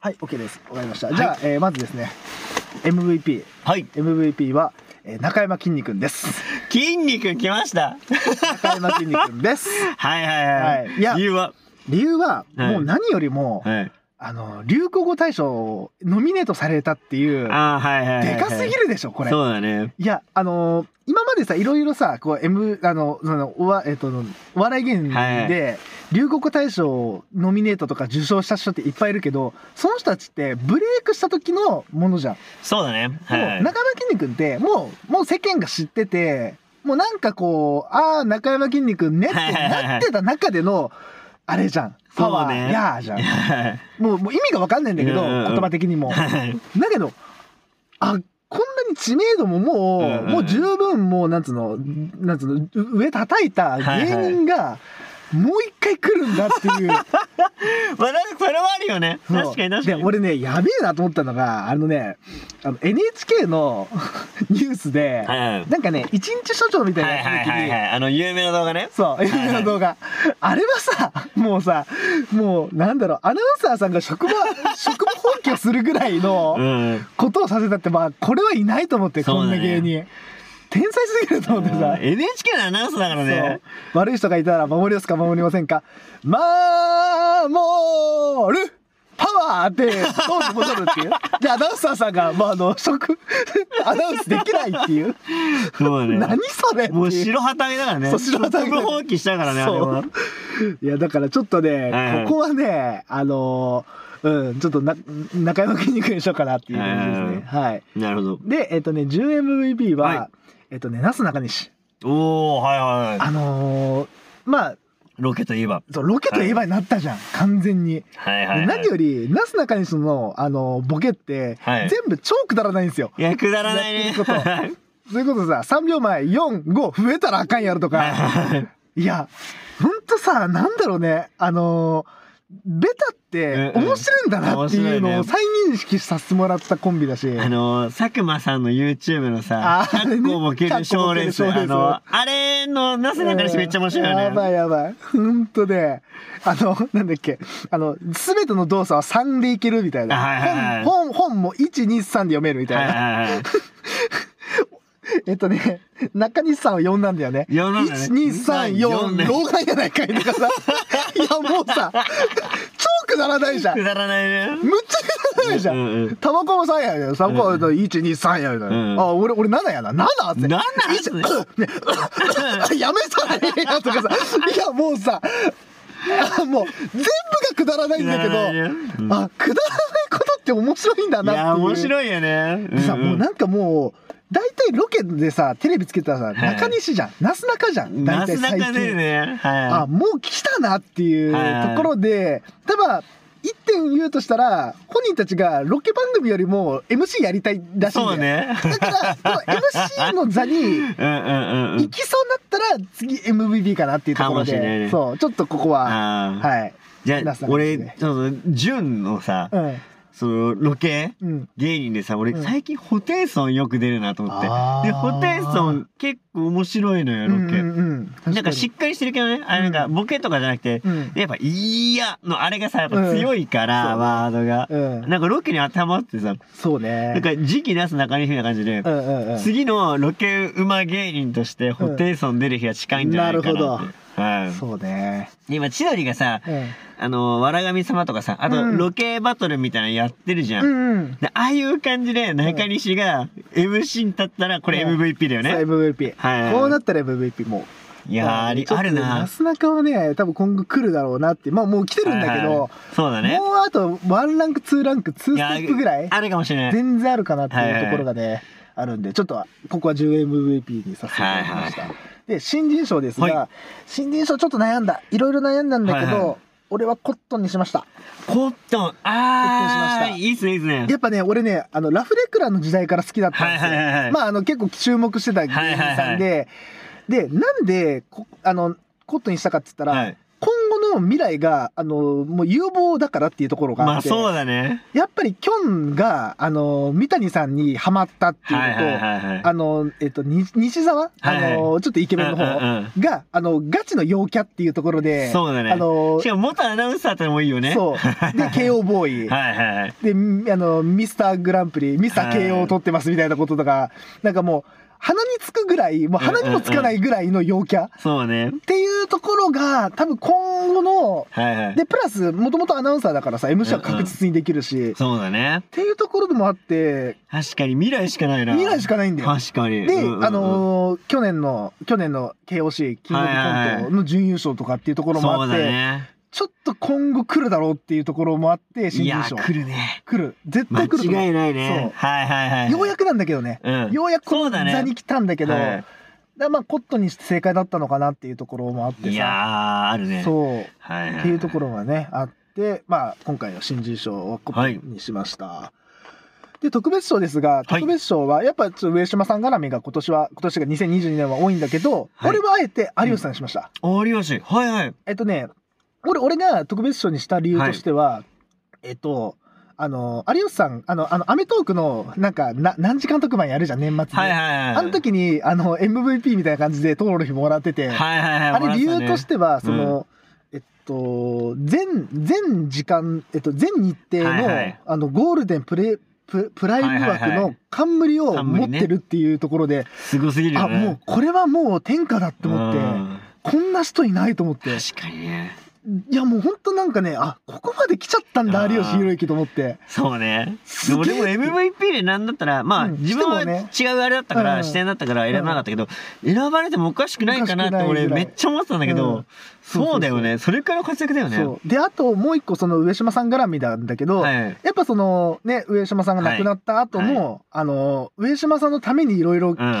Speaker 1: はい、OK です。わかりました。
Speaker 2: はい
Speaker 1: じゃあ、えーまずですね、MVP。
Speaker 2: はい、
Speaker 1: MVP は、えー中山きんに君 です。
Speaker 2: 筋肉来ました
Speaker 1: 中山きんに君です。
Speaker 2: はいはいはい、
Speaker 1: はいいや
Speaker 2: 理由は
Speaker 1: 理由は、
Speaker 2: はい
Speaker 1: もう何よりも、
Speaker 2: はい
Speaker 1: あの、流行語大賞をノミネートされたっていう、
Speaker 2: あーはいはいはい、は
Speaker 1: で
Speaker 2: い、
Speaker 1: かすぎるでしょ、これ。
Speaker 2: そうだね
Speaker 1: いや、あのー今までさ、いろいろさ、こう、M、あの、その、おわ、えっと、お笑い芸人
Speaker 2: はい
Speaker 1: で、流行語大賞をノミネートとか受賞した人っていっぱいいるけど、その人たちってブレイクした時のものじゃん。
Speaker 2: そうだねはいは
Speaker 1: も、
Speaker 2: いう
Speaker 1: 中山きんに君って、もう、もう世間が知ってて、もうなんかこう、ああ、中山きんに君ねって
Speaker 2: はいはいはい
Speaker 1: なってた中での、あれじゃん。パワ
Speaker 2: そう
Speaker 1: ー、
Speaker 2: ね
Speaker 1: やーじゃん。
Speaker 2: はい
Speaker 1: もう、もう意味がわかんないんだけど、
Speaker 2: うんうんうん
Speaker 1: 言葉的に も。
Speaker 2: はい
Speaker 1: だけど、あ、こんなに知名度ももう、
Speaker 2: うんうんうん
Speaker 1: もう十分もう、なんつうの、なんつうの、う上叩いた芸人が、もう一回来るんだっていう。
Speaker 2: まあ、確かにそれはあるよね。
Speaker 1: そう
Speaker 2: 確かに確かに。
Speaker 1: で、俺ね、やべえなと思ったのが、あのね、あの NHK の ニュースで、
Speaker 2: はいはい
Speaker 1: なんかね、一日所長みたいな
Speaker 2: はい
Speaker 1: やつの
Speaker 2: はい
Speaker 1: 時
Speaker 2: はい
Speaker 1: に、
Speaker 2: はい。あの、有名な動画ね。
Speaker 1: そう、
Speaker 2: はい
Speaker 1: FM の動画。あれはさ、もうさ、もう、なんだろう、アナウンサーさんが 職場、職場放棄をするぐらいの、
Speaker 2: うん。
Speaker 1: ことをさせたってまあこれはいないと思って、
Speaker 2: そ
Speaker 1: こ
Speaker 2: うんだ
Speaker 1: な
Speaker 2: ね
Speaker 1: 芸人天才すぎると思ってさ、
Speaker 2: NHK のアナウンサーだからね。
Speaker 1: そう悪い人がいたら守りますか守りませんか守るパワーってどうぞ戻る っていうでアナウンサーさんが、まあ、あの職アナウンスできないっていう
Speaker 2: そうだ ね
Speaker 1: 何。それっていう
Speaker 2: もう白旗揚げだからね。
Speaker 1: そう白旗揚げ
Speaker 2: 職務放棄したからね、あれは。
Speaker 1: そういやだからちょっとね、
Speaker 2: はい
Speaker 1: ここはねあのーうんちょっとな中山筋肉にしようかなっていう感じですねはい
Speaker 2: なるほ
Speaker 1: で、えっ、とね、10MVP は、
Speaker 2: は
Speaker 1: えっ、とね、なすなかにし。
Speaker 2: ど。おー、はいは
Speaker 1: あのーまあ、
Speaker 2: い。ロケといえば。
Speaker 1: そうロケといえばになったじゃん、完全に。
Speaker 2: はいはいは
Speaker 1: で
Speaker 2: い。
Speaker 1: 何より、なすなかにしの、あのーボケって、
Speaker 2: はい
Speaker 1: 全部超くだらないんですよ。
Speaker 2: いや、くだらない
Speaker 1: や
Speaker 2: ね
Speaker 1: って。る ことそういうことさ、3秒前、4、5、増え たらあかんやろと
Speaker 2: はい
Speaker 1: か。
Speaker 2: はい
Speaker 1: いや、ほんとさ、なんだろうね、あのーベタって面白いんだなっていうのを再認識させてもらったコンビだ し。
Speaker 2: あのー、佐久間さんの YouTube のさ、
Speaker 1: あーあれ
Speaker 2: 100
Speaker 1: ね
Speaker 2: 個もける賞レース。
Speaker 1: 100個ボケる賞レース
Speaker 2: あのー、あれの、 なすなかにしめっちゃ面白いよね。
Speaker 1: やばいやばい。ほんとで、あの、なんだっけ、あの、すべての動作は3でいけるみたいな。
Speaker 2: はいはいはい
Speaker 1: 本、本、本も1、2、3で読めるみたい
Speaker 2: はい
Speaker 1: な。
Speaker 2: はいはい。
Speaker 1: えっとね、中西さんは4なんだよね。
Speaker 2: 4なんだね
Speaker 1: 1、2、3、
Speaker 2: 4
Speaker 1: 4、
Speaker 2: ね
Speaker 1: 老眼やないかいとか さ。いや、もうさ、チョークならないじゃん。
Speaker 2: く
Speaker 1: むっ
Speaker 2: だらない
Speaker 1: ち
Speaker 2: ね。
Speaker 1: ゃくだらないじゃ
Speaker 2: うんうん
Speaker 1: ん。タバコも3やよ。タバコは1、2、3やよ。
Speaker 2: ん
Speaker 1: あ、俺、俺7やな。7って。
Speaker 2: 7
Speaker 1: 一ね、 やめたらええやとかさ。いや、もうさ、あもう全部がくだらないんだけど、
Speaker 2: くだらないねうん
Speaker 1: あ、くだらないことって面白いんだ
Speaker 2: い
Speaker 1: なっていう。
Speaker 2: や、面白いよね。
Speaker 1: でさ、
Speaker 2: んん
Speaker 1: もうなんかもう、大体ロケでさ、テレビつけたらさ、中西じゃん。なすなかじゃん。
Speaker 2: な
Speaker 1: 大
Speaker 2: す
Speaker 1: 体
Speaker 2: な
Speaker 1: 最
Speaker 2: かで
Speaker 1: 近。
Speaker 2: ね。
Speaker 1: あ、
Speaker 2: は
Speaker 1: もう来たなっていう
Speaker 2: はい
Speaker 1: ところで、ただ、一点言うとしたら、本人たちがロケ番組よりも MC やりたいら
Speaker 2: い。
Speaker 1: しいんだ
Speaker 2: そ
Speaker 1: よ。
Speaker 2: う ね。
Speaker 1: だから、この MC の座に
Speaker 2: うんうんうんう
Speaker 1: 行
Speaker 2: ん。
Speaker 1: きそうになったら、次 MVP かなっていうところ
Speaker 2: かもしれないね
Speaker 1: で、そう、ちょっとここは、
Speaker 2: ああ。
Speaker 1: はい。
Speaker 2: じゃ
Speaker 1: な
Speaker 2: あ
Speaker 1: すな、かで
Speaker 2: 俺
Speaker 1: すね、
Speaker 2: その、純のさ
Speaker 1: う、ん。
Speaker 2: その、ロケ
Speaker 1: うん。
Speaker 2: 芸人でさ、俺
Speaker 1: うん
Speaker 2: 最近ホテイソンよく出るなと思って。
Speaker 1: あー
Speaker 2: で、ホテイソン結構面白いのよ、
Speaker 1: うん
Speaker 2: ロ
Speaker 1: う
Speaker 2: ケ。
Speaker 1: んうん。
Speaker 2: なんかしっかりしてるけどね、あれなんか
Speaker 1: う
Speaker 2: ボケとかじゃなくて、
Speaker 1: うん
Speaker 2: やっぱ「いや」のあれがさやっぱ強いから、
Speaker 1: うん
Speaker 2: ワードが、
Speaker 1: うん
Speaker 2: なんかロケに頭ってさ、
Speaker 1: そうね。
Speaker 2: なんか時期なす中身みたいな感じで、
Speaker 1: うんうんうん。
Speaker 2: 次のロケ馬芸人としてホテイソン出る日が近いんじゃないかなって、
Speaker 1: うんなる
Speaker 2: は
Speaker 1: そうね。
Speaker 2: い、で今千鳥がさ
Speaker 1: うん。
Speaker 2: あのわらがみ様とかさあと
Speaker 1: うん
Speaker 2: ロケバトルみたいなのやってるじゃん、
Speaker 1: うんうん。
Speaker 2: でああいう感じで中西が MC に立ったらこれ
Speaker 1: うん
Speaker 2: MVP だよね、
Speaker 1: さあ MVP。
Speaker 2: はい
Speaker 1: こうなったら MVP もう。
Speaker 2: いやーあり
Speaker 1: ちょっと
Speaker 2: あるな
Speaker 1: なすなかはね、多分今後来るだろうなって。まあもう来てるんだけ
Speaker 2: は
Speaker 1: ど、
Speaker 2: いそうだね
Speaker 1: もうあと1ランク、2ランク、2ステ
Speaker 2: いや
Speaker 1: ップぐらい、
Speaker 2: あるかもしれない
Speaker 1: 全然あるかなって
Speaker 2: はい
Speaker 1: い
Speaker 2: はいう
Speaker 1: ところがね、あるんで、ちょっとここは 10MVP にさせていただきました。で、新人賞です
Speaker 2: は
Speaker 1: が、新人賞ちょっと悩んだ。いろいろ悩んだんだけ
Speaker 2: はいは
Speaker 1: ど、俺はコットンにしました。
Speaker 2: コットン、
Speaker 1: コッ
Speaker 2: あ
Speaker 1: トンしま
Speaker 2: ー
Speaker 1: した
Speaker 2: いいっすね、いいっすね。
Speaker 1: やっぱね、俺ね、あの、ラフレクラの時代から好きだったんですよ。
Speaker 2: はいはいはいはい
Speaker 1: まあ、あの、結構注目してた芸人さんで、で、なんで、こあの、コットンにしたかって言ったら、
Speaker 2: はい、
Speaker 1: 今後の未来が、あの、もう有望だからっていうところが
Speaker 2: ま
Speaker 1: あ
Speaker 2: あ
Speaker 1: って、
Speaker 2: そうだね。
Speaker 1: やっぱりキョンが、あの、三谷さんにハマったっていうの
Speaker 2: はい
Speaker 1: と、
Speaker 2: はいはいはい。
Speaker 1: あの、えっと、に西沢、
Speaker 2: はいはい
Speaker 1: あの、ちょっとイケメンの方
Speaker 2: うんうんうん
Speaker 1: が、あの、ガチの陽キャっていうところで、
Speaker 2: そうだね。
Speaker 1: あの
Speaker 2: し、かも元アナウンサーってのもいいよね。
Speaker 1: そう。 で、KO ボーイ。
Speaker 2: はいはいはい。
Speaker 1: で、みあの、ミスターグランプリ、ミスター慶応を取ってますみたいなこととか、なんかもう、鼻につくぐらい、もう鼻にもつかないぐらいの陽キャっ
Speaker 2: そうね。
Speaker 1: ていうところが、多分今後の、
Speaker 2: はいはい。
Speaker 1: で、プラス、もともとアナウンサーだからさ、MC は確実にできるし、っ
Speaker 2: そうだね。
Speaker 1: ていうところでもあって、
Speaker 2: 確かに未来しかないな。
Speaker 1: 未来しかないんだよ。
Speaker 2: 確かに。
Speaker 1: で、
Speaker 2: うんうんうん
Speaker 1: あのー去年の、去年の KOC、キングオブ
Speaker 2: はいはい
Speaker 1: コン
Speaker 2: は
Speaker 1: トの準優勝とかっていうところも
Speaker 2: そ
Speaker 1: あ
Speaker 2: う
Speaker 1: っ
Speaker 2: だ
Speaker 1: て、
Speaker 2: ね。
Speaker 1: ちょっと今後来るだろうっていうところもあって、新
Speaker 2: いや
Speaker 1: 人賞。
Speaker 2: ー、来るね。
Speaker 1: 来る。絶
Speaker 2: 間
Speaker 1: 対来ると思う
Speaker 2: 違いないね。はいはいはい。
Speaker 1: ようやくなんだけどね。
Speaker 2: うん
Speaker 1: ようやく
Speaker 2: そ
Speaker 1: こ
Speaker 2: うだ
Speaker 1: の
Speaker 2: ね
Speaker 1: 座に来たんだけど、
Speaker 2: はい
Speaker 1: だからまあコットンにして正解だったのかなっていうところもあってさ、
Speaker 2: いやー、あるね。
Speaker 1: そう、
Speaker 2: はいはいは。
Speaker 1: っていうとこ
Speaker 2: ろ。
Speaker 1: ろがね、あって、まあ今回の新人賞はコットンにしました。で、特別賞ですが、特別賞は、やっぱちょっと上島さん絡みが今年は、今年が2022年は多いんだけど、
Speaker 2: はい
Speaker 1: 俺はあえて有吉さんにしました。
Speaker 2: ありましはいはい。
Speaker 1: えっとね、俺、俺が特別賞にした理由としては、えっと、あの、有吉さん、あの、あの、アメトークの、なんか、な何時間特番やるじゃん、年末で。
Speaker 2: はいはいはい。
Speaker 1: あの時に、あの、MVP みたいな感じで、トロロヒもらってて、
Speaker 2: はいはいはい。
Speaker 1: あれ理由としてては、その、えっと、全、全時間、えっと、全日程の、
Speaker 2: はいはい
Speaker 1: あの、ゴールデンプレ、ププライム枠
Speaker 2: はいはいは
Speaker 1: の冠を
Speaker 2: 冠
Speaker 1: 持
Speaker 2: ね
Speaker 1: ってるっていうところで、
Speaker 2: すごすぎるよ
Speaker 1: あ、
Speaker 2: ね。
Speaker 1: もう、これはもう天下だって思って、
Speaker 2: うん
Speaker 1: こんな人いないと思って、
Speaker 2: 確かにね。
Speaker 1: いやもう本当なんかね、あ、ここまで来ちゃったんだ、
Speaker 2: うん
Speaker 1: 有吉弘行と思って。
Speaker 2: そうね。
Speaker 1: すげ
Speaker 2: 俺
Speaker 1: え
Speaker 2: も MVP でなんだったら、まあ、
Speaker 1: うん
Speaker 2: 自分は
Speaker 1: してもね
Speaker 2: 違うあれだったから、
Speaker 1: うん
Speaker 2: 視点だったから選ばなかったけど、選ばれてもおかしくないかなっ
Speaker 1: おかし
Speaker 2: て
Speaker 1: くない
Speaker 2: 俺
Speaker 1: ぐらい
Speaker 2: めっちゃ思ってたんだけど、
Speaker 1: うん
Speaker 2: そうだよね。それからい活躍だよね。
Speaker 1: そう。で、あともう一個その上島さん絡みなんだけど、
Speaker 2: はい。
Speaker 1: やっぱそのね、上島さんが亡くなった後も、あの、上島さんのためにいろいろ企
Speaker 2: そうだ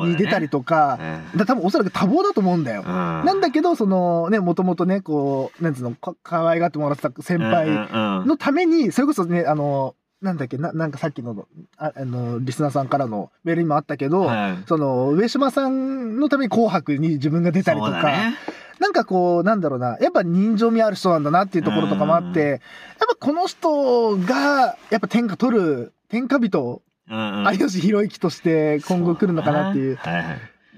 Speaker 1: 画
Speaker 2: ね
Speaker 1: に出たりとか、だ多分おそらく多忙だと思うんだよ。
Speaker 2: な
Speaker 1: なんだけど、そのね、もともとね、こう、なんつうの、か可愛がってもらってた先輩
Speaker 2: の、
Speaker 1: のために、それこそね、あの、なんだっけ、ななんかさっきのああの、リスナーさんからのメールにもあったけど、
Speaker 2: はい
Speaker 1: その、上島さんのために紅白に自分が出たりと
Speaker 2: そう
Speaker 1: か、
Speaker 2: だね
Speaker 1: なんかこう、なんだろうな、やっぱ人情味ある人なんだなっていうところとかもあって、
Speaker 2: うん
Speaker 1: やっぱこの人が、やっぱ天下取る、天下人、
Speaker 2: うんうん
Speaker 1: 有吉弘行として今後来るのかなっていう。
Speaker 2: はいはい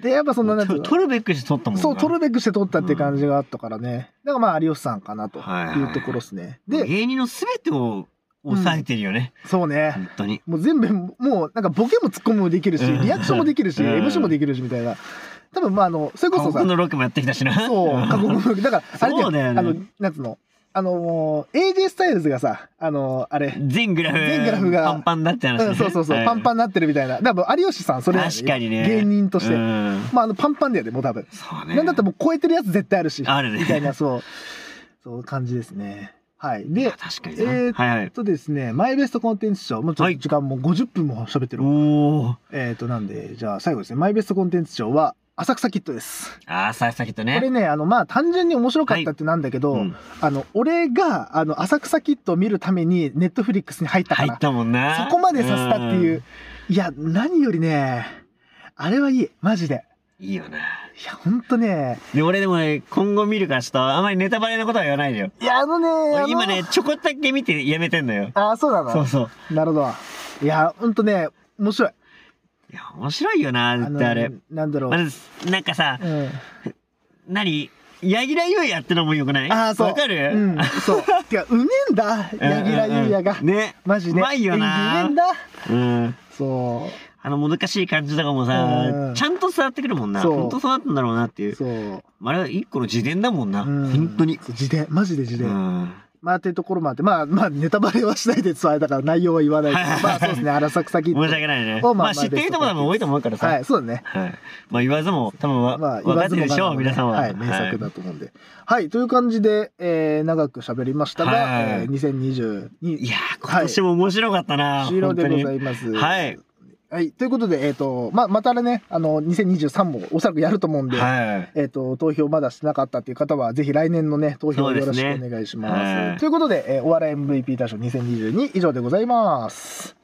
Speaker 1: で、やっぱそんな、なんていうの
Speaker 2: 取るべくして取ったもんな
Speaker 1: そう、取るべくして取ったっていう感じがあったからね。だからまあ、有吉さんかなと
Speaker 2: はい
Speaker 1: いうところですね。で、
Speaker 2: 芸人のすべてを抑えてるよね、
Speaker 1: そうね。
Speaker 2: 本当に
Speaker 1: もう全部、もうなんかボケもツッコミもできるし、
Speaker 2: うん
Speaker 1: リアクションもできるし、
Speaker 2: うん
Speaker 1: MC もできるし、みたいな。多分まあ、あの、それこそ
Speaker 2: 韓
Speaker 1: さ
Speaker 2: 国、のロックもやってきたしな
Speaker 1: そう、過酷
Speaker 2: の
Speaker 1: のだから、あれだ
Speaker 2: そ
Speaker 1: よ、
Speaker 2: うだよね
Speaker 1: あの、なんつうの、あのー、AJ スタイルズがさ、あのー、あれ、
Speaker 2: 全グラフ
Speaker 1: 全グラフが
Speaker 2: パンパンだって話、ね
Speaker 1: うん、そうそうそう、パンパン
Speaker 2: ン
Speaker 1: になってるみたいな。だから有吉さん、それなんだよ
Speaker 2: 確かにね
Speaker 1: 芸人として。
Speaker 2: うん
Speaker 1: まあ、あの、パンパンだよね、もう多分。
Speaker 2: そうね
Speaker 1: なんだったらもう超えてるやつ絶対あるし。
Speaker 2: あるね
Speaker 1: みたいな、そう。そう、感じですね。はい。で、
Speaker 2: 確かに
Speaker 1: え
Speaker 2: な、
Speaker 1: ー
Speaker 2: はいは
Speaker 1: えっ
Speaker 2: い
Speaker 1: とですね、マイベストコンテンツ賞、もうちょっ
Speaker 2: は
Speaker 1: と
Speaker 2: い
Speaker 1: 時間もう50分も喋ってる。
Speaker 2: おお
Speaker 1: えっ、と、なんで、じゃあ最後ですね、マイベストコンテンツ賞は、浅草キットです。
Speaker 2: あーさっさきと
Speaker 1: これ
Speaker 2: ね
Speaker 1: ね、あの、まあ、単純に面白かったってなんだけど、
Speaker 2: うん
Speaker 1: あの、俺が、あの、浅草キットを見るために、ネットフリックスに入ったか
Speaker 2: 入
Speaker 1: ら
Speaker 2: っ、たもんな
Speaker 1: そこまでさせたっていう。いや、何よりね、あれはいい、マジで。
Speaker 2: うんいいよない
Speaker 1: や、ほんとね、
Speaker 2: で俺でもね今後見るからちょっとあまりネタバレのことは言わないでよ
Speaker 1: いや、あのね、あの
Speaker 2: 俺今ね、ちょこっとだけ見てやめてんのよ
Speaker 1: あ、そうな
Speaker 2: そう
Speaker 1: の
Speaker 2: そう
Speaker 1: なるほど。いや、ほんとね、面白い。
Speaker 2: いや面白いよな
Speaker 1: あ
Speaker 2: 絶
Speaker 1: の
Speaker 2: 対あれ、
Speaker 1: なんだろう。
Speaker 2: まずなんかさ
Speaker 1: うん、
Speaker 2: 何柳楽優弥ってのもよくない
Speaker 1: ああ、そう。
Speaker 2: わかる、
Speaker 1: うん、そう。てか、うめえんだ、柳楽優弥が
Speaker 2: うん。うんね
Speaker 1: マジで。
Speaker 2: うまいよな
Speaker 1: 演技うめえんだ。
Speaker 2: うん
Speaker 1: そ
Speaker 2: あのもどかしい感じとか
Speaker 1: う
Speaker 2: も
Speaker 1: ん
Speaker 2: さちゃんと伝わってくるもんな
Speaker 1: そう
Speaker 2: 本当そうだったんだろうなっていう
Speaker 1: う、そう。
Speaker 2: あれは一個の自伝だもんな、
Speaker 1: うん
Speaker 2: 本当に
Speaker 1: そう自伝、マジで自
Speaker 2: う
Speaker 1: 伝。
Speaker 2: ん
Speaker 1: まあ、っていうところもあって、まあ、まあ、ネタバレはしないで伝えたから、内容は言わないけど
Speaker 2: はいはい
Speaker 1: まあ、そうですね、荒作先
Speaker 2: 申し訳ないね
Speaker 1: おまあ
Speaker 2: ま
Speaker 1: まあ
Speaker 2: あ知ってる人も多分多いと思うからさ、
Speaker 1: は
Speaker 2: はい
Speaker 1: い、そうだね。
Speaker 2: まあ言わずも多分わ、
Speaker 1: まあ、
Speaker 2: 分かってるでしょう、
Speaker 1: 言わ
Speaker 2: 皆
Speaker 1: ず
Speaker 2: さん
Speaker 1: も
Speaker 2: は、
Speaker 1: がなのねはい、名作だと思うんで。はい、という感じで、えー、長く喋りましたが、
Speaker 2: はい
Speaker 1: えー、2022
Speaker 2: いやー今年も面白かったな、
Speaker 1: 終了
Speaker 2: 本当
Speaker 1: でご
Speaker 2: に
Speaker 1: ざいます。
Speaker 2: はい。
Speaker 1: はい、ということで、えっ、と、まあ、またね、あの、2023もおそらくやると思うんで、
Speaker 2: はい
Speaker 1: えっ、と、投票まだしてなかったっていう方は、ぜひ来年のね、投票をよろしくお願いします。
Speaker 2: そうですねはい
Speaker 1: ということで、えーお笑い MVP 大賞2022以上でございます。